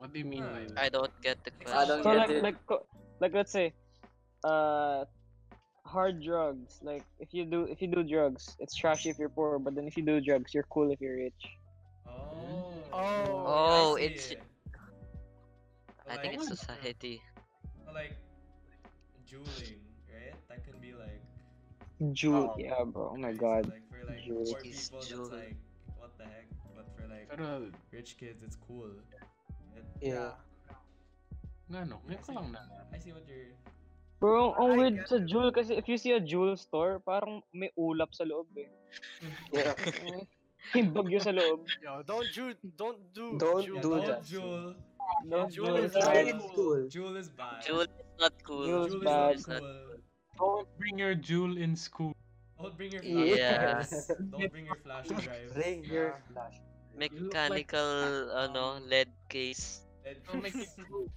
A: What do you mean by that?
C: I don't get the question.
B: I don't get
F: So like
B: it.
F: like co- like let's say, uh, hard drugs. Like if you do if you do drugs, it's trashy if you're poor. But then if you do drugs, you're cool if you're rich.
G: Oh.
C: Oh,
G: I see
C: it's-
G: it.
C: I think
G: Like-
C: it's society.
G: Like juuling, right? That can be like.
F: Jewel. Yeah, bro. Oh my
G: crazy,
F: god.
G: Like for like
F: Juuling.
G: poor
C: It is
G: people, that's
C: juuling.
G: like what the heck. But for like
A: Pero,
G: rich kids, it's cool. Right?
E: Yeah.
A: no, no.
G: I
A: Ngayon ko
G: see-
A: lang na.
G: I see what you're.
F: Bro,
D: I
F: ang weird
D: get
F: sa
D: it.
F: jewel kasi if you see a jewel store, parang may ulap sa loob eh.
E: Yeah.
F: May bagyo sa loob.
D: Yo, don't do, don't do,
E: Don't
D: Jewel.
E: do
G: Don't
E: that.
G: Jewel.
D: Jewel
F: No, jewel
D: is
F: is
D: bad.
F: bad.
E: cool.
G: Jewel is bad.
C: Jewel is not cool.
F: Jewel is
G: Jewel
F: bad.
G: is not cool.
A: Don't bring your jewel in school.
G: Don't bring your flash
C: Yeah.
G: drive. Don't bring your flash drive.
E: Ray, your flash.
C: Mechanical, ano, lead case.
G: Ed-
A: Don't make it cool.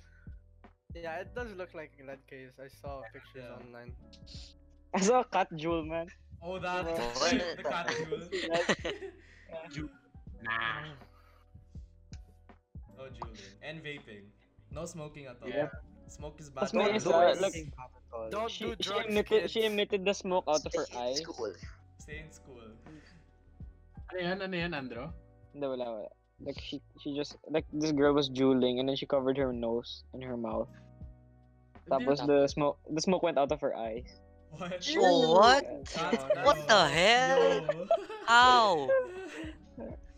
D: Yeah, it does look like a lead case. I saw pictures
G: Yeah.
D: online.
F: I saw a cat jewel, man.
G: Oh, that
C: What?
G: shit, the cat jewel.
A: Nah.
G: No juuling. Oh, And vaping. No smoking at all.
A: Yeah.
G: Smoke is bad.
F: Smoke
G: for
F: is
G: us.
F: bad, like-
D: Don't
F: She,
D: do
F: she
D: drugs,
F: emitted, she
D: kids.
F: emitted the smoke out of her eyes.
G: Stay in school.
A: Ano yan? Ano yan, Andro?
F: Hindi, wala, wala. Like, she, she just, like, this girl was jeweling and then she covered her nose and her mouth. Tapos the smoke, the smoke went out of her eyes.
G: What?
C: Oh, what?
G: That's-
C: What the hell?
G: Yo.
C: How?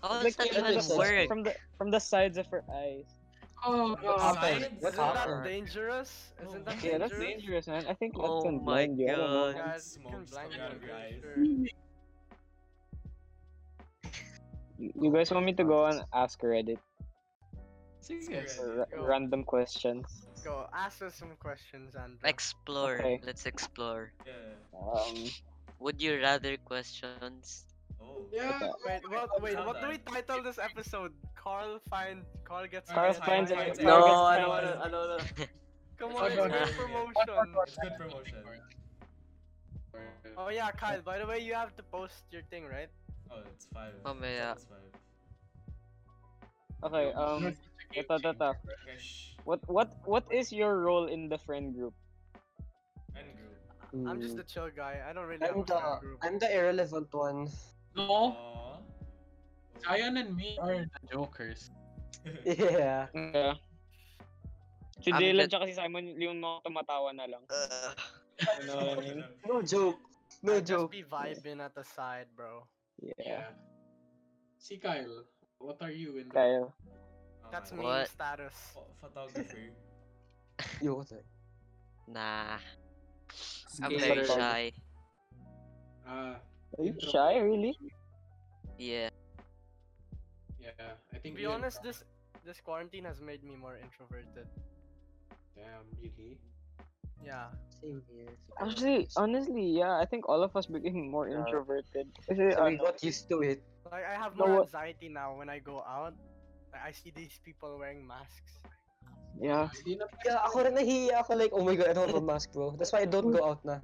C: How does
F: Like,
C: that
F: it
C: even
F: was
C: work?
F: From the, from the sides of her eyes.
A: Oh,
G: God.
A: God.
G: Science?
E: What
D: Isn't that
E: happened?
D: dangerous?
G: Oh.
D: Isn't that
F: Yeah, that's
D: dangerous?
F: dangerous, man. I think that
C: Oh
F: can
C: my
F: blind you. I don't know.
C: God.
D: Yeah, it
G: Smoke
D: can blind you,
G: coming out
D: I'm
G: of your
D: pretty
G: eyes.
D: sure.
F: You you guys want me to go and ask Reddit
A: Sige.
F: for ra-
D: Go.
F: random questions?
D: Go, ask us some questions, and
C: Explore.
F: Okay.
C: Let's explore.
G: Yeah.
F: Um,
C: Would you rather questions?
G: Oh.
A: Yeah.
D: Wait, what? Wait, what do we
G: Sounds
D: title this episode? Carl find Carl gets
G: Carl
D: fired.
G: finds a-
D: Fired.
G: Carl
B: No, I
F: gets fired.
B: don't wanna. I don't wanna.
D: Come
A: Oh,
D: on, it's
A: no,
D: good
G: no.
D: promotion.
G: It's good promotion.
D: Oh yeah, Kyle. By the way, you have to post your thing, right?
G: Oh, it's five.
C: Mamaya.
G: It's five.
F: Okay, um, ito, ito, ito.
G: Okay, shh.
F: What, what, what is your role in the friend group?
G: Friend group.
D: I'm just the
F: Mm.
D: chill guy. I don't really have
E: hmm. I'm
D: a
F: uh,
E: the
D: friend group.
E: I'm the irrelevant one.
F: Oh.
A: No,
G: Aw.
A: Zion and me are the jokers.
E: Yeah.
F: Yeah. Si
C: I'm
F: Dylan
C: the-
F: tsaka si Simon yung mga tumatawa na lang. You know what I mean?
E: No joke. No
D: I'll
E: joke.
D: Just be vibing at the side, bro.
F: Yeah.
A: Si Kyle, what are you in the...
F: Kyle.
D: That's
G: Uh,
D: me
C: What?
D: status.
G: pho- Photography.
E: Yo, what the-
C: Nah. I'm
B: Skater.
C: very shy.
A: Ah,
F: Are you shy, eh, really?
C: Yeah.
A: yeah. I
D: To
A: think...
D: be
A: you and
D: honest,
A: Kyle.
D: this this quarantine has made me more introverted.
A: Damn, really?
D: Yeah.
E: Same here.
F: Actually, honestly, yeah, I think all of us became more
E: Yeah.
F: introverted. Kasi,
E: So we
F: ano,
E: got used to it.
D: Like I have
F: No,
D: more
F: what-
D: anxiety now when I go out. Like, I see these people wearing masks.
F: yeah.
A: Hindi na
E: Yeah, ako rin nahihiya ako like, oh my god, I don't have a mask, bro. That's why I don't go out na.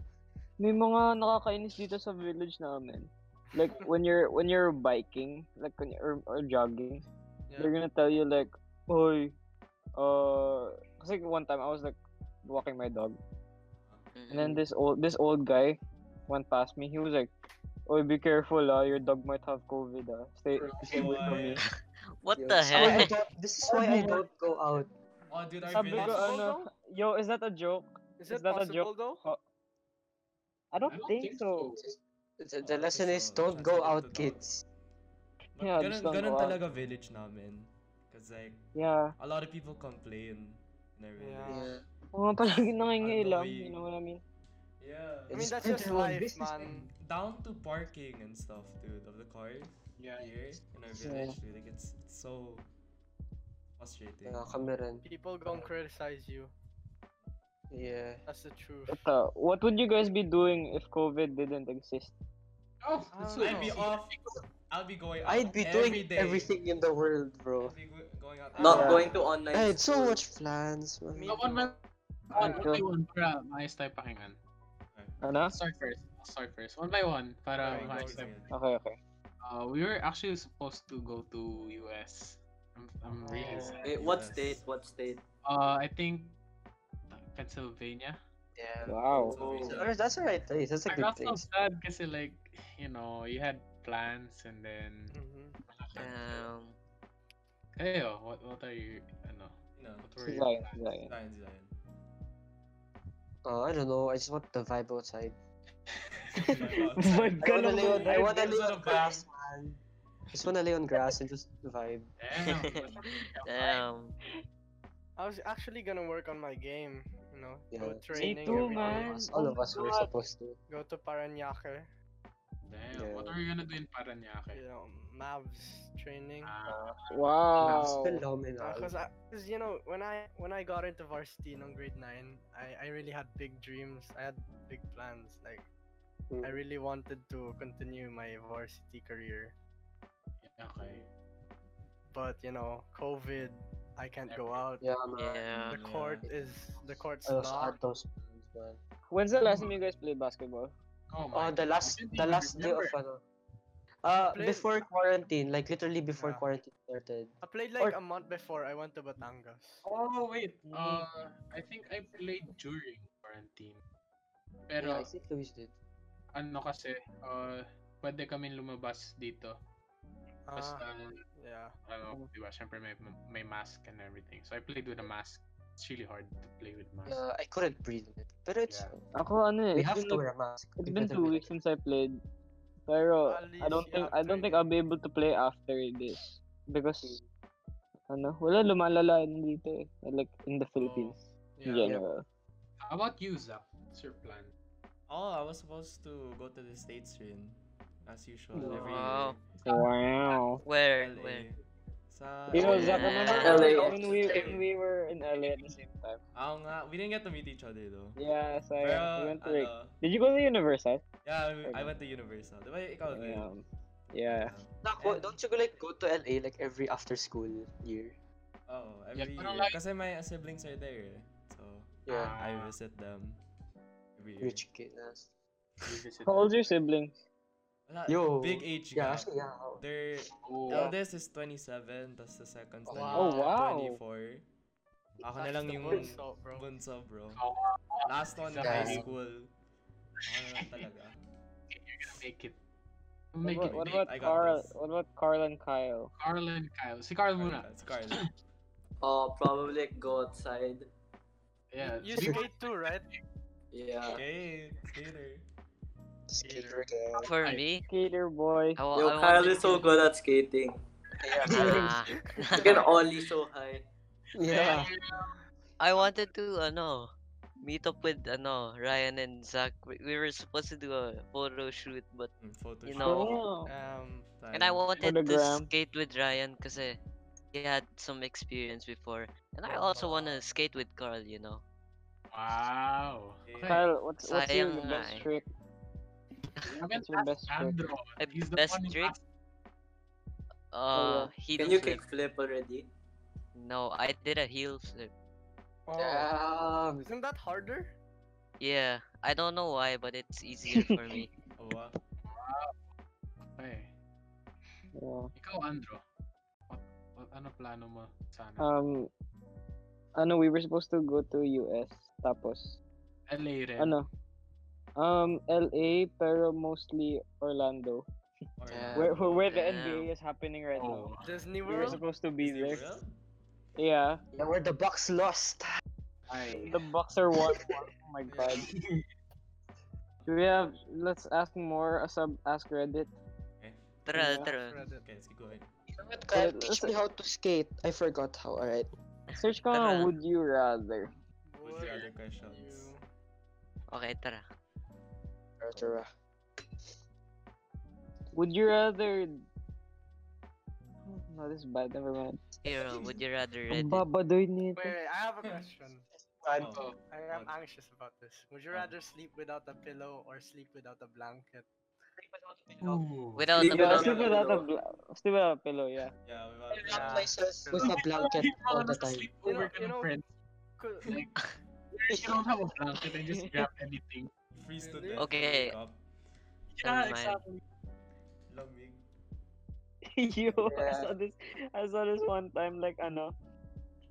F: may mga nakakainis dito sa village namin. Like when you're when you're biking, like when you're, or, or jogging, they're
D: Yeah.
F: gonna tell you like, "Oy, uh, kasi one time I was like walking my dog, and
C: Mm-hmm.
F: then this old this old guy went past me. He was like, "Oy, be careful, ah, your dog might have COVID, ah. Stay, stay away from me."
C: What
E: Yo,
C: the
E: this is why I
C: hell?
E: don't- This is why I don't go out.
G: Oh, dude, our
F: Sabi ko,
G: village.
D: Possible
F: ano, yo, is that a joke?
D: Is
F: uh,
D: it
F: Is that a
D: possible though?
F: I don't,
A: I don't think
F: think, so.
E: The, the lesson is don't go out, kids.
G: But
F: Yeah,
G: ganun,
F: just don't
G: ganun
F: go out.
G: talaga village namin. Cause like,
F: Yeah.
G: a lot of people complain in our village.
F: Mga palagi nangingailam, you know what I mean?
G: Yeah.
D: I
E: It's
D: mean that's
E: good
D: just
E: for own
D: life,
E: business,
D: man.
G: Down to parking and stuff, dude, of the cars
A: Yeah.
G: here in our
F: Yeah.
G: village, dude. Like, it's, it's so frustrating.
E: Yeah, kami rin.
D: People gonna criticize you.
E: Yeah.
D: That's the truth.
F: Ito, uh, what would you guys be doing if COVID didn't exist?
A: Oh, that's
D: Ah.
A: what
G: I'd be off. I'll be going out
E: I'd be
G: every
E: doing
G: day.
E: everything in the world,
G: I'll
E: bro.
G: be go- going out.
B: Not
F: Yeah.
B: going to online.
E: I had so
B: school.
E: much plans. man.
A: So, one man.
F: Ah,
A: One, one by one para maayos tayo pakinggan.
F: Ano?
A: I'll start first. I'll start first. One by one para
G: Okay,
A: maayos
G: go
A: tayo.
E: Oh.
G: again.
F: Okay, okay.
A: Uh, we were actually supposed to go to US. I'm, I'm really
D: Oh.
A: sad.
B: Wait, Eh, what
G: Yes.
B: state? What state?
A: Uh, I think Pennsylvania.
D: Yeah.
F: Wow.
B: Oh.
E: Alright, That's alright. place. That's a
A: I
E: good
A: got so
E: place.
A: sad because like you know you had plans and then.
D: Mhm.
C: Um,
A: Kayo, what what are you? Ano?
G: No.
A: What were your
F: Zion,
A: plans?
F: Zion.
G: Zion, Zion.
E: Oh, I don't know. I just want the vibe outside.
F: My
E: I want to
F: God,
E: lay on, I
F: vibe
E: want to lay
A: outside.
E: on grass, man. I just want to lay on grass and just vibe.
A: Damn.
C: um,
D: I was actually gonna work on my game, you know,
E: Yeah.
D: go
E: Me
D: training,
F: too,
D: every day.
F: man.
E: All of us, all
F: Oh
E: of us were
F: God.
E: supposed to.
D: go to Paranaque,
A: Damn. What
E: Yeah.
A: are you gonna do in Paranaque?
D: you know, Mavs training.
A: Ah,
E: Oh.
F: Wow.
D: Because I, cause you know, when I when I got into varsity in grade nine, I I really had big dreams. I had big plans. Like,
E: Mm.
D: I really wanted to continue my varsity career,
A: okay.
D: but you know, COVID, I can't go out.
E: Yeah, man.
C: yeah.
D: The court is the court's
E: I was
D: locked.
E: at those plans, man.
F: When's the last time you guys played basketball?
A: Oh,
E: Oh,
A: my
E: the last, the last day of ano. Uh,
D: Play-
E: before quarantine, like literally before
D: Yeah.
E: quarantine started.
D: I played like a
E: Or-
D: month before I went to Batangas.
A: Oh wait,
E: Mm.
A: uh, I think I played during quarantine. Pero
E: yeah, I think Luis did.
A: ano kasi, uh, pwede kami lumabas dito. Basta,
D: Ah, yeah.
A: ano, di ba, syempre may, may mask and everything. So I played with a mask. It's really hard to play with mask.
E: Yeah, I couldn't breathe in it. Pero it's
A: Yeah.
E: fine.
F: Ako ano eh.
E: we
F: it's
E: have
F: been
E: to
F: like-
E: wear a mask.
F: It's
E: We
F: been
E: better
F: two
E: wear-
F: weeks since I played. Pero
D: At
F: I don't
D: least you
F: think
D: have
F: I don't
D: to,
F: think I'll be able to play after this because ano, wala lumalala dito eh. Like in the Philippines
D: Yeah.
F: in general.
A: How about you, Zach? What's your plan?
G: Oh, I was supposed to go to the States rin. As usual, every
C: Wow.
F: Wow.
C: Where? Where?
G: year. LA. Sa...
F: You know, Zach,
C: Yeah.
F: remember
B: LA.
F: when we when we were in LA at the same time?
G: Oo Ah, nga, we didn't get to meet each other though.
F: Yeah, so
G: Pero,
F: we went to like,
G: ano,
F: Did you go to Universal?
G: yeah, I- I went to Universal. Di ba ikaw Ah. din?
F: Yeah. Yeah.
E: Nako, don't you go, like go to LA like every after school year?
G: Oh, every
A: parang
G: year.
A: like-
G: Kasi my siblings are there. eh. So,
E: Yeah,
G: I visit them every year.
E: rich kid. ass.
A: Revisit.
F: How old's your siblings?
G: Wala,
E: Yo.
G: Big age
E: Yeah,
G: gap.
E: actually, yeah. oh.
G: Their
A: Oh,
G: eldest is 27, tas the second's
E: Oh,
G: like
D: wow.
F: Oh, wow.
G: 24. Ako na
D: That's
G: lang
D: the
G: yung
D: good salt, bro.
G: bunso, bro.
A: Oh,
G: Last one in
A: Yeah.
G: high school. Ako na lang talaga.
A: you're gonna make it. You'll
F: What,
A: Make
F: about-
A: it.
F: what
A: big.
F: about
G: I got
F: Carl?
G: this.
F: What about Carl and Kyle?
A: Carl and Kyle. Si Carl muna.
G: It's Carla.
B: Oh, probably like, go outside.
A: Yeah.
D: You
A: si-
D: skate too, right?
B: Yeah.
G: Okay, later.
E: Skater guy.
C: For
A: Ay.
C: me,
F: Skater boy.
C: I, wa-
B: Yo,
C: Oh, I
B: Kyle
C: wanted
B: is so
C: to-
B: good at skating.
C: Ah.
B: You can ollie so high.
E: Yeah.
C: I wanted to ano meet up with ano Ryan and Zach. We, we were supposed to do a photo shoot, but
G: Mm, Photo
C: You
G: shoot.
C: know,
F: Oh.
D: Um,
C: and I
G: Tayo.
C: wanted to
F: Photogram.
C: skate with Ryan kasi he had some experience before, and I also wanna skate with Carl. You know,
A: Wow. Okay.
G: Okay.
F: Kyle, what's, what's your
C: Sayang nga
F: best
C: eh.
F: trick?
A: I haven't
F: What's your best
A: asked
F: trick?
A: Andro.
C: My
A: He's the
C: best
A: one who
C: trick?
A: asked.
C: uh, he
B: Can
C: did
B: you
C: flip.
B: kickflip already?
C: No, I did a heel flip.
D: oh.
E: Damn.
D: Isn't that harder?
C: Yeah, I don't know why, but it's easier for me.
G: Oh, wow.
A: Okay.
F: Yeah.
A: Ikaw, Andro. What, what, ano plano mo sana?
F: Um, ano, we were supposed to go to US, tapos,
A: LA rin.
F: ano, um, LA, pero mostly Orlando,
G: Or-
E: Yeah.
F: where, where, where the
C: Damn.
F: NBA is happening right
A: Oh.
F: now.
D: Disney
F: We were
D: World?
F: supposed to be
G: Disney
F: there.
G: World?
F: Yeah,
E: Yeah, where the Bucks lost.
A: Ay.
F: the boxer won. oh my god. Do we have, let's ask more, uh, sub, ask Reddit.
C: Tara,
F: Yeah.
C: tara.
D: Reddit.
G: Eh. Okay, let's keep going.
E: But Kyle,
F: Let's-
E: teach me how to skate. I forgot how. Alright.
F: Search ka nga,
C: Tara.
F: would you rather?
G: What's
D: Would
G: the other
D: you-
G: questions?
C: Okay, tara.
F: Would you rather, oh, no, this is bad, never mind.
C: Hero, would you rather read it?
F: Ang babadoy nito.
D: Wait, wait, I have a question.
G: Oh.
A: Oh,
D: I am
G: What?
D: anxious about this. Would you
G: Oh.
D: rather sleep without a pillow or sleep without a blanket?
A: Ooh.
C: Without
B: Yeah,
C: a
F: Yeah,
C: pillow.
F: sleep without a bla- sleep without a pillow. Yeah.
G: Yeah, we uh,
E: I
G: want
E: wrap myself with a blanket
A: You fall
E: all the
A: into
E: time.
A: sleep
D: You know-
A: over
D: you know-
A: friends.
D: Could-
A: Like, if you don't have a blanket, then just grab anything.
G: freeze to
D: Really?
G: death.
C: Okay.
G: wake up,
A: Yeah,
C: Never mind.
A: exactly.
G: lamig.
F: Yo, I
E: Yeah.
F: saw this. I saw this one time. Like ano,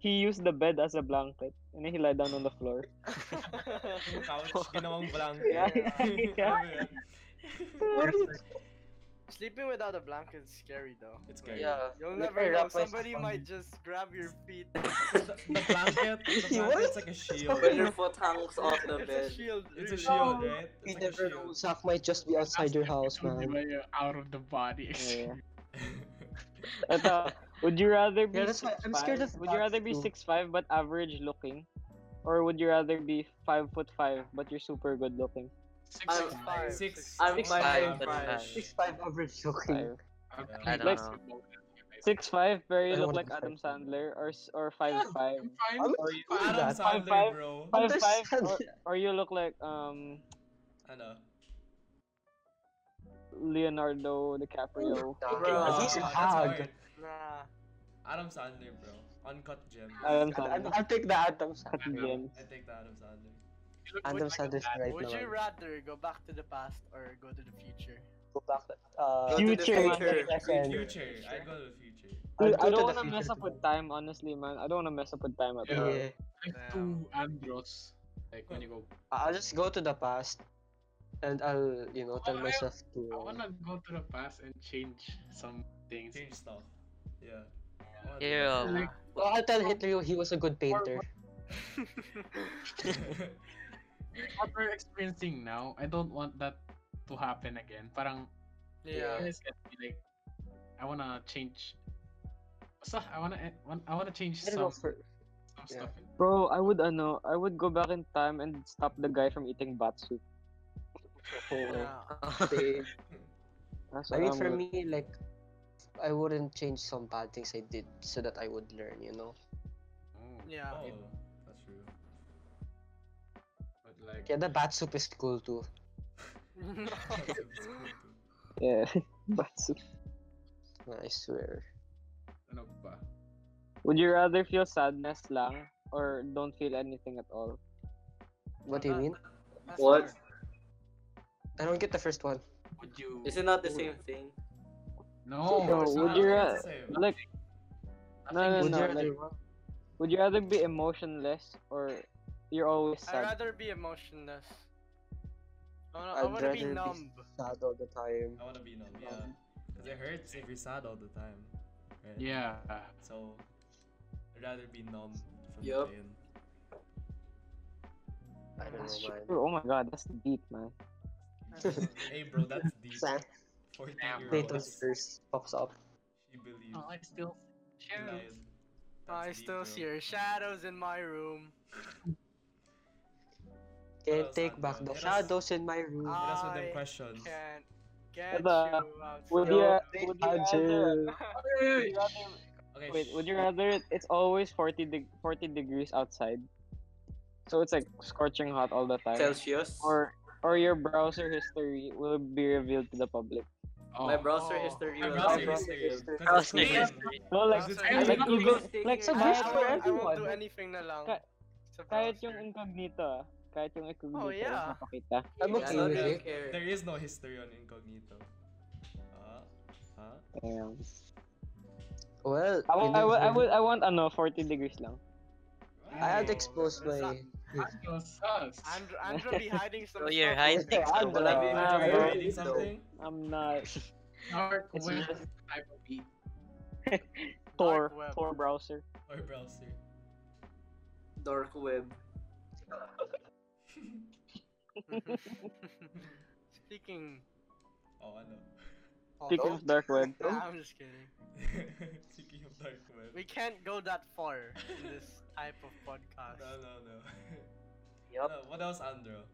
F: he used the bed as a blanket, and then he lied down on the floor.
G: Yung couch, ginawang blanket.
F: Yeah, yeah.
G: Ano yun?
D: Sleeping without a blanket is scary though.
G: It's scary.
D: You'll
E: Like,
D: never
E: I
D: know.
E: wrap myself
D: Somebody
E: on-
D: might just grab your feet.
G: The, the blanket, the
E: You
G: blanket's like a shield.
B: When your foot hangs off the
D: it's
B: bed.
D: a shield.
G: It's a
D: really.
G: shield, right?
E: You
G: It's like a
E: never know.
G: shield.
E: Zach might just be outside your house,
A: That's when
E: man.
A: you're out of the body.
F: Yeah. Ito, would you rather be
E: Yeah, that's why I'm scared of
F: 6'5"? Would you rather be
E: bats, too.
F: six five but average looking, or would you rather be five foot five but you're super good looking?
A: Six
B: I'm-
A: five.
G: Six.
B: I'm
G: six
B: five,
G: five,
C: but
G: five.
C: five.
E: Six five average looking.
F: Five.
A: Okay,
G: I
C: don't
A: let's
C: know.
A: go.
F: Six five, but you
E: I
F: look
E: wanna
F: like
E: be
F: Adam
E: five.
F: Sandler, or s- or five five.
A: I'm fine.
E: I'm
F: Or you,
E: Who's
G: Adam
E: that?
G: Sandler,
F: Five, five.
G: bro.
F: five five,
E: Understand.
F: or, or you look like um
G: Ano?
F: Leonardo DiCaprio.
B: Bro,
E: He's a
G: that's
E: hog.
G: hard.
D: Nah.
G: Adam Sandler, bro. Uncut gem.
F: Adam
E: I'll
F: Sandler.
E: I'll take the Adam Sandler.
F: Gems.
G: I take the Adam Sandler.
A: You look
E: Adam
A: good like a
E: Sandler's
A: bad
E: right
D: Would you
E: now.
D: rather go back to the past or go to the future?
E: Go back. Uh,
B: Go to the
F: Future,
B: future.
E: FN.
G: Future. I go to the future.
E: I'll
F: Dude,
E: go
F: I don't
E: to the
F: want to mess
E: future
F: up with time, honestly, man. I don't want to mess up with time at all.
E: Yeah.
A: Like
D: Damn.
A: two Andros. Like when you go.
E: I'll just go to the past, and I'll you know tell
A: Well, I-
E: myself to.
A: I wanna go to the past and change some things.
G: Change stuff. Yeah. Oh,
C: Hero.
A: Like,
E: Well, I'll tell Hitler he was a good painter.
A: what we're experiencing now, I don't want that to happen again. Parang
D: Yeah.
A: it's gonna be like I wanna change. So I wanna e- wan- I wanna change
E: I
A: some,
E: don't know for.
A: some
E: yeah.
A: stuff.
F: Bro, I would ano, I would go back in time and stop the guy from eating batsu.
E: Oh,
D: Nah.
E: they-
F: That's what
E: I mean,
F: I'm
E: for
F: gonna-
E: me, like, I wouldn't change some bad things I did so that I would learn, you know?
A: Oh,
D: Yeah.
G: Oh, that's true.
A: but like
E: Yeah, the bat soup is cool too.
G: That's cool too.
F: Yeah, batsu.
E: I swear.
A: ano ba?
F: Would you rather feel sadness lang or don't feel anything at all?
E: What do you mean?
D: That's
B: What?
D: hard.
E: I don't get the first one.
A: Would you?
B: Is it not the same thing?
A: No.
F: No,
A: it's
F: would
A: not.
F: you uh, ra-
G: That's the same.
F: Like, no,
A: Nothing
F: no,
A: is-
F: no.
E: Would you
F: like-
E: rather what?
F: Would you rather be emotionless or you're always
D: I'd
F: sad?
D: rather be emotionless. I wanna, I
E: I'd
D: wanna be
E: rather be
D: numb.
E: sad all the time.
G: I wanna be numb, yeah. Cause it hurts if you're sad all the time. Right?
A: Yeah.
G: So, I'd rather be numb from
B: Yup.
G: the pain.
E: I don't
F: That's
E: know, man.
F: true. Oh my god, that's deep, man.
G: hey, bro, that's deep.
E: Sad.
G: 14
A: Damn.
G: year old.
E: Plato's verse pops up.
G: She believed.
A: Oh, I still.
G: She lied.
D: I
G: That's deep,
D: still
G: bro.
D: see your shadows in my room.
E: Can't
G: Well,
E: take
G: sad,
E: back
G: man.
E: the
G: Let us-
E: shadows in my room.
D: Ah,
G: Hit us with them
D: I
G: questions.
D: Can't get
F: Diba?
D: you out.
F: Would
D: from-
F: you,
E: Yo,
F: would you
E: Ajay.
F: rather, would
A: Wait,
F: you rather
G: Okay,
F: Wait, would
G: sh-
F: you rather it's always 40, de- 40 degrees outside? So it's like scorching hot all the time.
B: Celsius.
F: Or or your browser history will be revealed to the public.
A: oh,
B: My browser
D: Oh.
B: history.
G: My
B: was-
G: browser
E: browser
G: history.
E: history.
G: Cause it's
C: Browser
G: clean.
F: No, like,
D: Browser
A: history.
F: like
A: Browser
F: Google,
B: history.
F: like sa
D: I,
F: bahay
D: I, won't,
F: for
D: I won't
F: everyone.
D: do anything na lang.
F: Ka-
D: Sa
F: Kahit
D: browser.
F: yung incognito, ah. kahit yung incognito
D: Oh, yeah.
F: is napakita.
B: Yeah,
E: I'm okay
B: I
E: with
B: don't
E: it.
B: care.
G: There is no history on incognito. Ah, huh?
F: Damn.
E: Well,
F: I, want,
E: you
F: I, would, I,
E: never
F: would,
E: know.
F: I want, ano, 40 degrees lang.
E: I had
D: No,
E: exposed
D: that's
E: my.
A: Andros sus.
D: Andrew, Andrew be hiding some
C: So you're hiding.
D: stuff.
F: Ah,
C: something.
E: I'm gonna be-
G: Are you
F: bro.
G: reading something?
F: I'm not.
A: Dark
F: It's
A: web
F: just-
A: type of beat.
F: Tor,
D: Dark web.
F: Tor browser.
G: Or browser?
B: Dark web.
D: Speaking.
G: Oh, ano? Oh,
F: Speaking of dark web.
D: Nah, I'm just kidding.
G: Speaking of dark web.
D: We can't go that far in this type of podcast.
G: No, no, no.
E: Yup.
G: No, what else, Andro?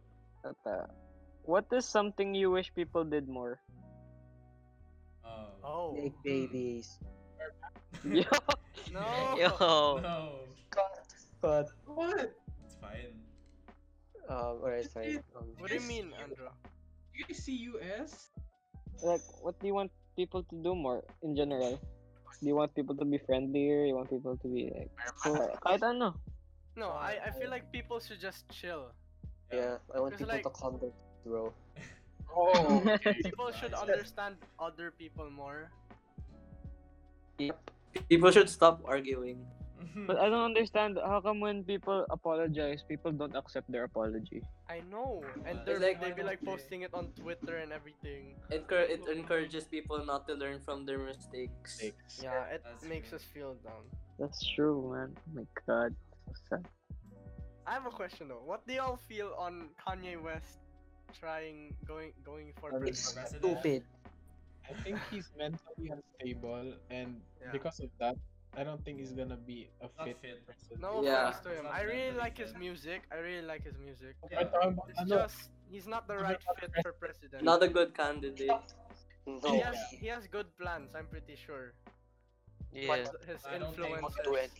F: Ata. What is something you wish people did more?
G: Oh.
D: Oh.
E: Like babies.
F: Yo,
D: No.
C: Yo.
G: No.
E: Cut. Cut.
A: What?
G: It's fine.
E: Um, alright, fine. Um,
D: What do you mean, Andrew?
A: You see US?
F: like what do you want people to do more in general? Do you want people to be friendlier? You want people to be like
A: Wear
F: I don't know.
D: No, I, I feel like people should just chill.
E: Yeah, I want
D: Kasi
E: people to
D: like-
E: contact, bro.
A: Oh, okay.
D: People should
G: Nice.
D: understand other people more.
E: Yep.
B: People should stop arguing.
F: But I don't understand how come when people apologize, people don't accept their apology.
D: I know. And
G: Well,
D: they're
B: like-
D: like they be like
G: Okay.
D: posting it on Twitter and everything.
B: Encour- it encourages people not to learn from their mistakes.
A: Mistakes.
D: Yeah, it
G: That's
D: makes
G: true.
D: us feel down.
F: That's true, man. Oh my god. So sad.
D: I have a question though. What do y'all feel on Kanye West trying going going for
E: I mean,
G: For
D: president?
G: president?
E: Stupid.
A: I think he's mentally unstable, and
D: Yeah.
A: because of that, I don't think he's gonna be a
G: Not
A: fit,
G: fit.
A: person.
D: No
B: Yeah.
D: offense to him.
G: It's not
D: I really
G: mentally
D: like his
G: fit.
D: music. I really like his music.
A: We're talking about
D: It's
A: ano,
D: just he's not the
A: He's
D: right
A: not
D: fit
A: the
D: for president.
B: Not a good candidate.
E: No.
D: he has he has good plans. I'm pretty sure.
C: Yeah.
D: But his
G: I don't think-
D: influence.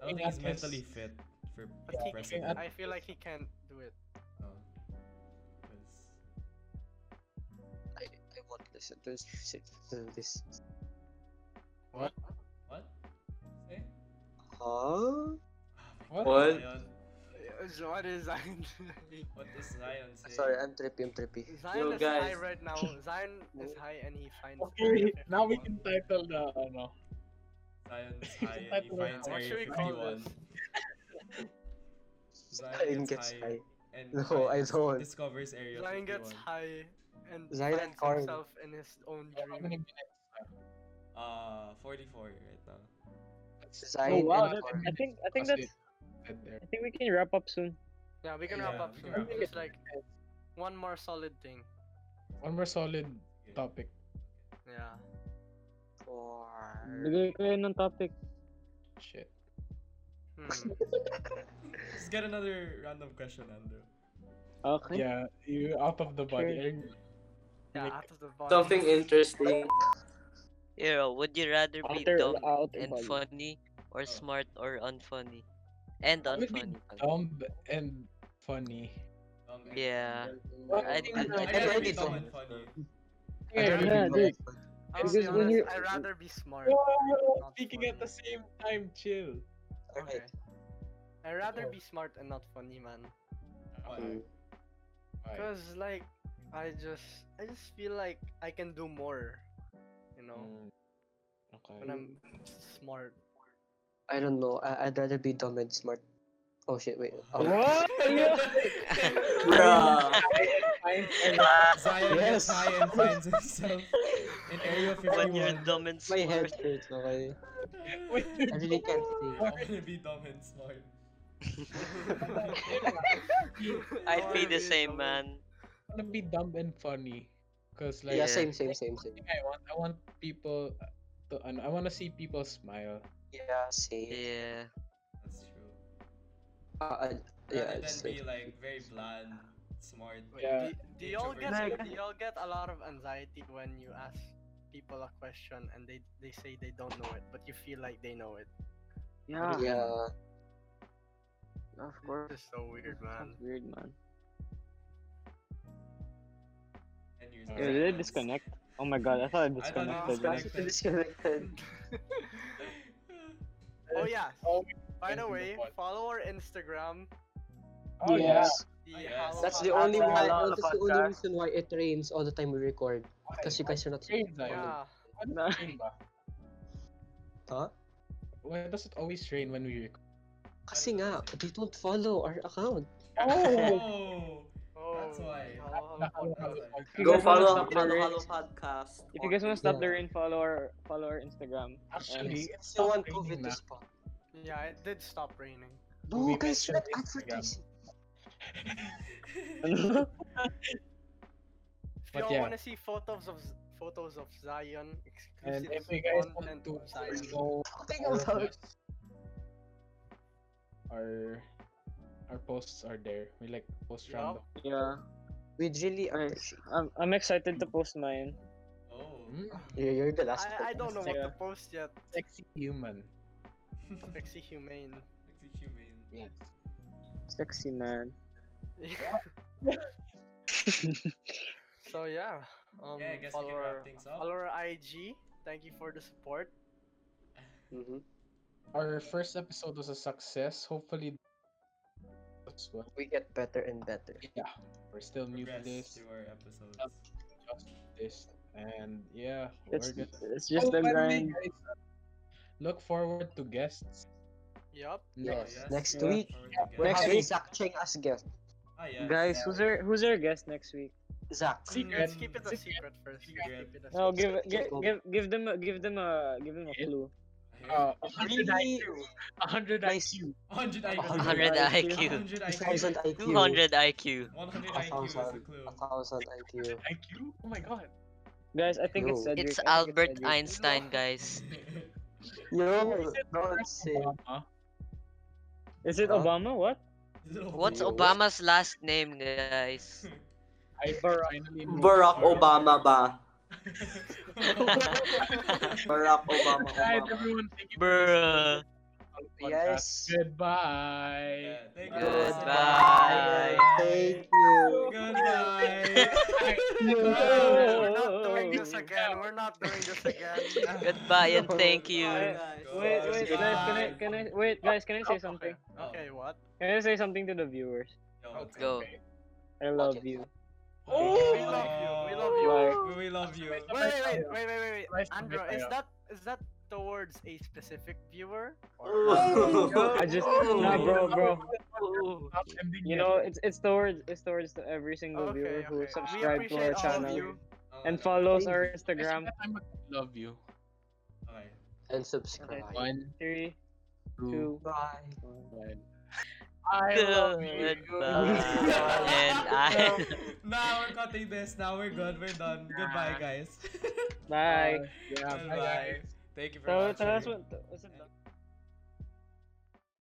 G: I don't think he's mentally fit for
D: But he-
G: president.
D: I feel like he can't do it.
G: No. 'Cause-
E: I, I won't listen to this. To this.
G: What? Eh?
E: Huh?
G: Oh my
A: What?
G: God,
B: What?
G: Zion.
D: Uh, So what is Zion?
G: What is Zion saying?
E: Sorry, I'm trippy, I'm trippy.
B: Yo,
D: Zion is
B: guys.
D: high right now. Zion is high and he finds.
A: okay,
D: Area
A: now we
D: 51.
A: can title the ano.
G: Zion's
A: He's
G: high and he
A: entitled-
G: finds
D: What should
G: Area
D: we call
G: 51.
E: Zion gets high.
G: And
E: No,
G: finds-
E: I don't.
G: Discovers Area
D: Zion gets
G: 51.
D: high and
E: Zion
D: finds
E: Carl.
D: himself in his own
A: How many
D: dream.
A: minutes?
G: Uh, 44 right now.
F: Oh,
E: Zion
F: wow,
E: and
F: that-
E: Carl.
F: I think I think
A: That's
F: that's
A: it. Right there.
F: I think we can wrap up soon.
D: Yeah, we can
G: Yeah,
D: wrap up
G: we can
D: soon.
G: wrap up
D: Just
G: soon.
D: like one more solid thing.
A: One more solid
G: Okay.
A: topic.
D: Yeah.
E: Carl.
F: Bigay kayo ng topic.
A: Shit.
D: Hmm.
G: Let's get another random question, Andrew.
F: Okay.
A: Yeah, you out of the body.
D: Yeah,
A: Like,
D: out of the box.
B: Something interesting.
C: Hero, would you rather be
F: Outer-
C: dumb
F: outer
C: and
F: body.
C: funny or smart or unfunny? And
A: I would be
C: unfunny. pala.
A: Dumb and funny.
G: Um,
C: Yeah.
A: Well,
C: I- I- I-
G: I'd rather be
E: I-
G: dumb
E: I-
G: and funny.
E: I'd rather
F: Yeah,
E: be
D: I
F: dude.
E: Carl.
D: would
F: Because
D: be
F: when
D: honest,
F: you-
D: I'd rather be smart.
A: Whoa,
D: not
A: Speaking at
D: funny.
A: the same time, chill.
D: Okay.
E: Alright.
D: I'd rather
A: Oh.
D: be smart and not funny, man.
G: Why?
E: Mm.
A: Why?
D: Cause like, I just, I just feel like I can do more, you
A: Mm.
D: know, when
A: Okay.
D: I'm smart.
E: I don't know. I- I'd rather be dumb and smart. Oh shit, wait. Oh.
F: What?
B: Bruh.
G: Zion
E: Yes.
G: gets high and finds himself in Area
C: When you're
G: 51.
C: dumb and
E: My
C: smart.
E: head hurts, okay? I really can't see.
G: I'm gonna be dumb and smart.
C: I'd be
D: Wanna
C: the
D: be
C: same,
D: dumb.
C: man.
A: I wanna be dumb and funny. Cause like
E: Yeah,
C: Yeah.
E: same, same, same, same.
A: I want I want people to ano, I wanna see people smile.
E: Yeah, same.
C: Yeah.
G: That's true.
E: Uh, I- yeah,
G: Rather than
E: same.
G: be like very bland, smart.
D: Wait,
A: Yeah.
D: do, do y'all get
G: Like-
D: do y'all get a lot of anxiety when you ask people a question and they they say they don't know it, but you feel like they know it?
F: Yeah,
E: Yeah.
F: of course.
D: This is so weird, man.
F: Sounds weird, man.
G: And you're
A: Yeah,
F: Yo, did I disconnect? Oh my god, I thought I
G: I thought you
F: disconnected.
G: disconnected.
E: Disconnected.
D: oh yeah.
A: Oh,
D: By
A: into
D: the
A: the
D: way,
A: pod.
D: follow our Instagram.
A: Oh yeah.
D: the
G: Ah, yes.
D: Halo
E: That's the
D: Halo
E: only
D: Podcast.
E: why.
F: Hello,
E: That's the
F: podcast.
E: only reason why it rains all the time we record. Because you guys are not.
A: Rains, I-
E: following.
D: Yeah.
A: Why does it rain ba?
E: Huh?
A: Why does it always rain when we record?
E: Kasi nga, they don't follow our account.
G: Oh!
D: Oh,
G: That's why.
D: Halo, Halo Podcast.
G: That's
B: Go
F: guys wanna
B: follow
F: stop the
B: Halo
F: race?
B: Halo Podcast.
F: If you guys wanna stop the
E: Yeah.
F: rain, follow our follow our Instagram.
A: Actually, it's
E: It's the one
A: not
E: COVID
A: raining
E: to
A: na.
E: spot.
D: Yeah, it did stop raining.
E: No,
A: We
E: guys, you're
A: mentioned
E: not
A: Instagram.
E: advertising.
F: Ano?
D: If
A: But
D: y'all
A: yeah.
D: wanna see photos of Z- photos of Zion,
A: And
D: exclusive
A: if you guys want
D: content
A: to
D: of Zion.
A: follow
E: Talking
A: all of
E: about.
A: us, our our posts are there. We like post
D: Yup.
A: random.
F: yeah.
E: We'd really
F: Alright.
E: appreciate.
F: I'm, I'm excited to post mine.
G: Oh.
C: Hmm.
A: Mm,
E: You're, you're the last.
D: I, I
E: podcast.
D: don't know what
F: Yeah.
D: to post yet.
A: Sexy human.
D: Sexy humane.
G: Sexy humane.
A: Yes.
F: Sexy man.
D: So yeah, um,
G: yeah, I guess
D: follow
G: we can wrap
D: our-
G: things up.
D: follow our IG. Thank you for the support.
E: Mhm.
A: Our first episode was a success. Hopefully, that's what.
E: We get better and better.
A: Yeah, we're still new to
G: Progress
A: this,
G: to our episodes.
A: just this, and yeah,
F: It's,
A: we're good.
F: it's just the
A: Oh, by the way,
F: grind.
A: guys, Look forward to guests.
D: Yup.
E: Yes.
G: Oh, yes.
E: Next
F: Yeah.
E: week,
G: Forward to
E: we're
F: Next
G: guests.
E: having
F: week.
E: Zach Cheng as guest.
G: Ah, yes.
F: Guys, who's our who's our guest next week?
E: Zach.
A: Secret.
D: Let's keep it a
A: Secret.
D: secret first.
A: Secret.
D: Let's keep it a
F: No,
D: secret.
F: give give give give them a, give them a give them a
A: Yeah.
F: clue.
A: Uh, 100 IQ.
E: Really?
A: 100
E: Nice.
A: IQ.
G: 100 IQ.
E: 100
C: IQ. 200 IQ.
G: 100 IQ. 100
E: 1000 IQ. A
G: IQ is the
E: thousand.
G: clue.
E: 1000 IQ.
A: IQ? Oh my god.
F: Guys, I think it's
E: No.
F: Cedric.
C: It's
F: I think
C: Albert
F: Cedric.
C: Einstein, guys.
E: Yo, don't say.
A: Obama.
F: Is it
E: Huh?
F: Obama? What?
C: What's
E: Yo, what?
C: Obama's last name, guys?
A: I finally know.
B: Barack Obama ba? Barack Obama.
A: Alright,
B: Obama.
A: everyone, thank you for
C: Bruh.
A: listening to our
E: Yes.
A: podcast. Goodbye.
G: Yeah, thank you.
C: Goodbye.
E: Thank you.
G: Goodbye.
D: Guys,
F: Oh,
D: We're
F: oh,
D: not doing
F: oh.
D: this again. We're not doing this again.
C: Goodbye and thank you.
F: Wait, wait,
G: Goodbye.
F: guys,
G: Oh,
F: can I can I wait, guys, can I say
D: Okay.
F: something?
D: Okay, what?
F: Can I say something to the viewers?
G: Yo,
C: Go.
F: I love
E: Okay.
F: you.
D: We love you. We love you.
F: Bye.
G: We, we love you.
D: Wait, wait, wait, wait, wait, wait, wait.
A: Nice to
D: Andrew,
A: meet
D: is
A: you.
D: that is that towards a specific viewer?
F: I just nah, bro, bro. You know, it's it's towards it's towards to every single
D: Okay,
F: viewer who
D: okay. We
F: subscribe to our
D: appreciate all of
F: channel
D: you.
F: and follows our
A: I said
F: Instagram.
A: that I'm a love you.
G: Okay.
E: And subscribe.
A: One,
F: Three,
A: two,
F: two,
E: Bye.
A: one. I love you.
C: Goodbye and I.
G: Now we're cutting this. Now we're good. We're done. Goodbye, guys.
F: bye.
A: Yeah, bye.
G: Goodbye.
A: guys.
G: Thank you for
F: So,
G: watching.
F: tell us what- what's up, Doc?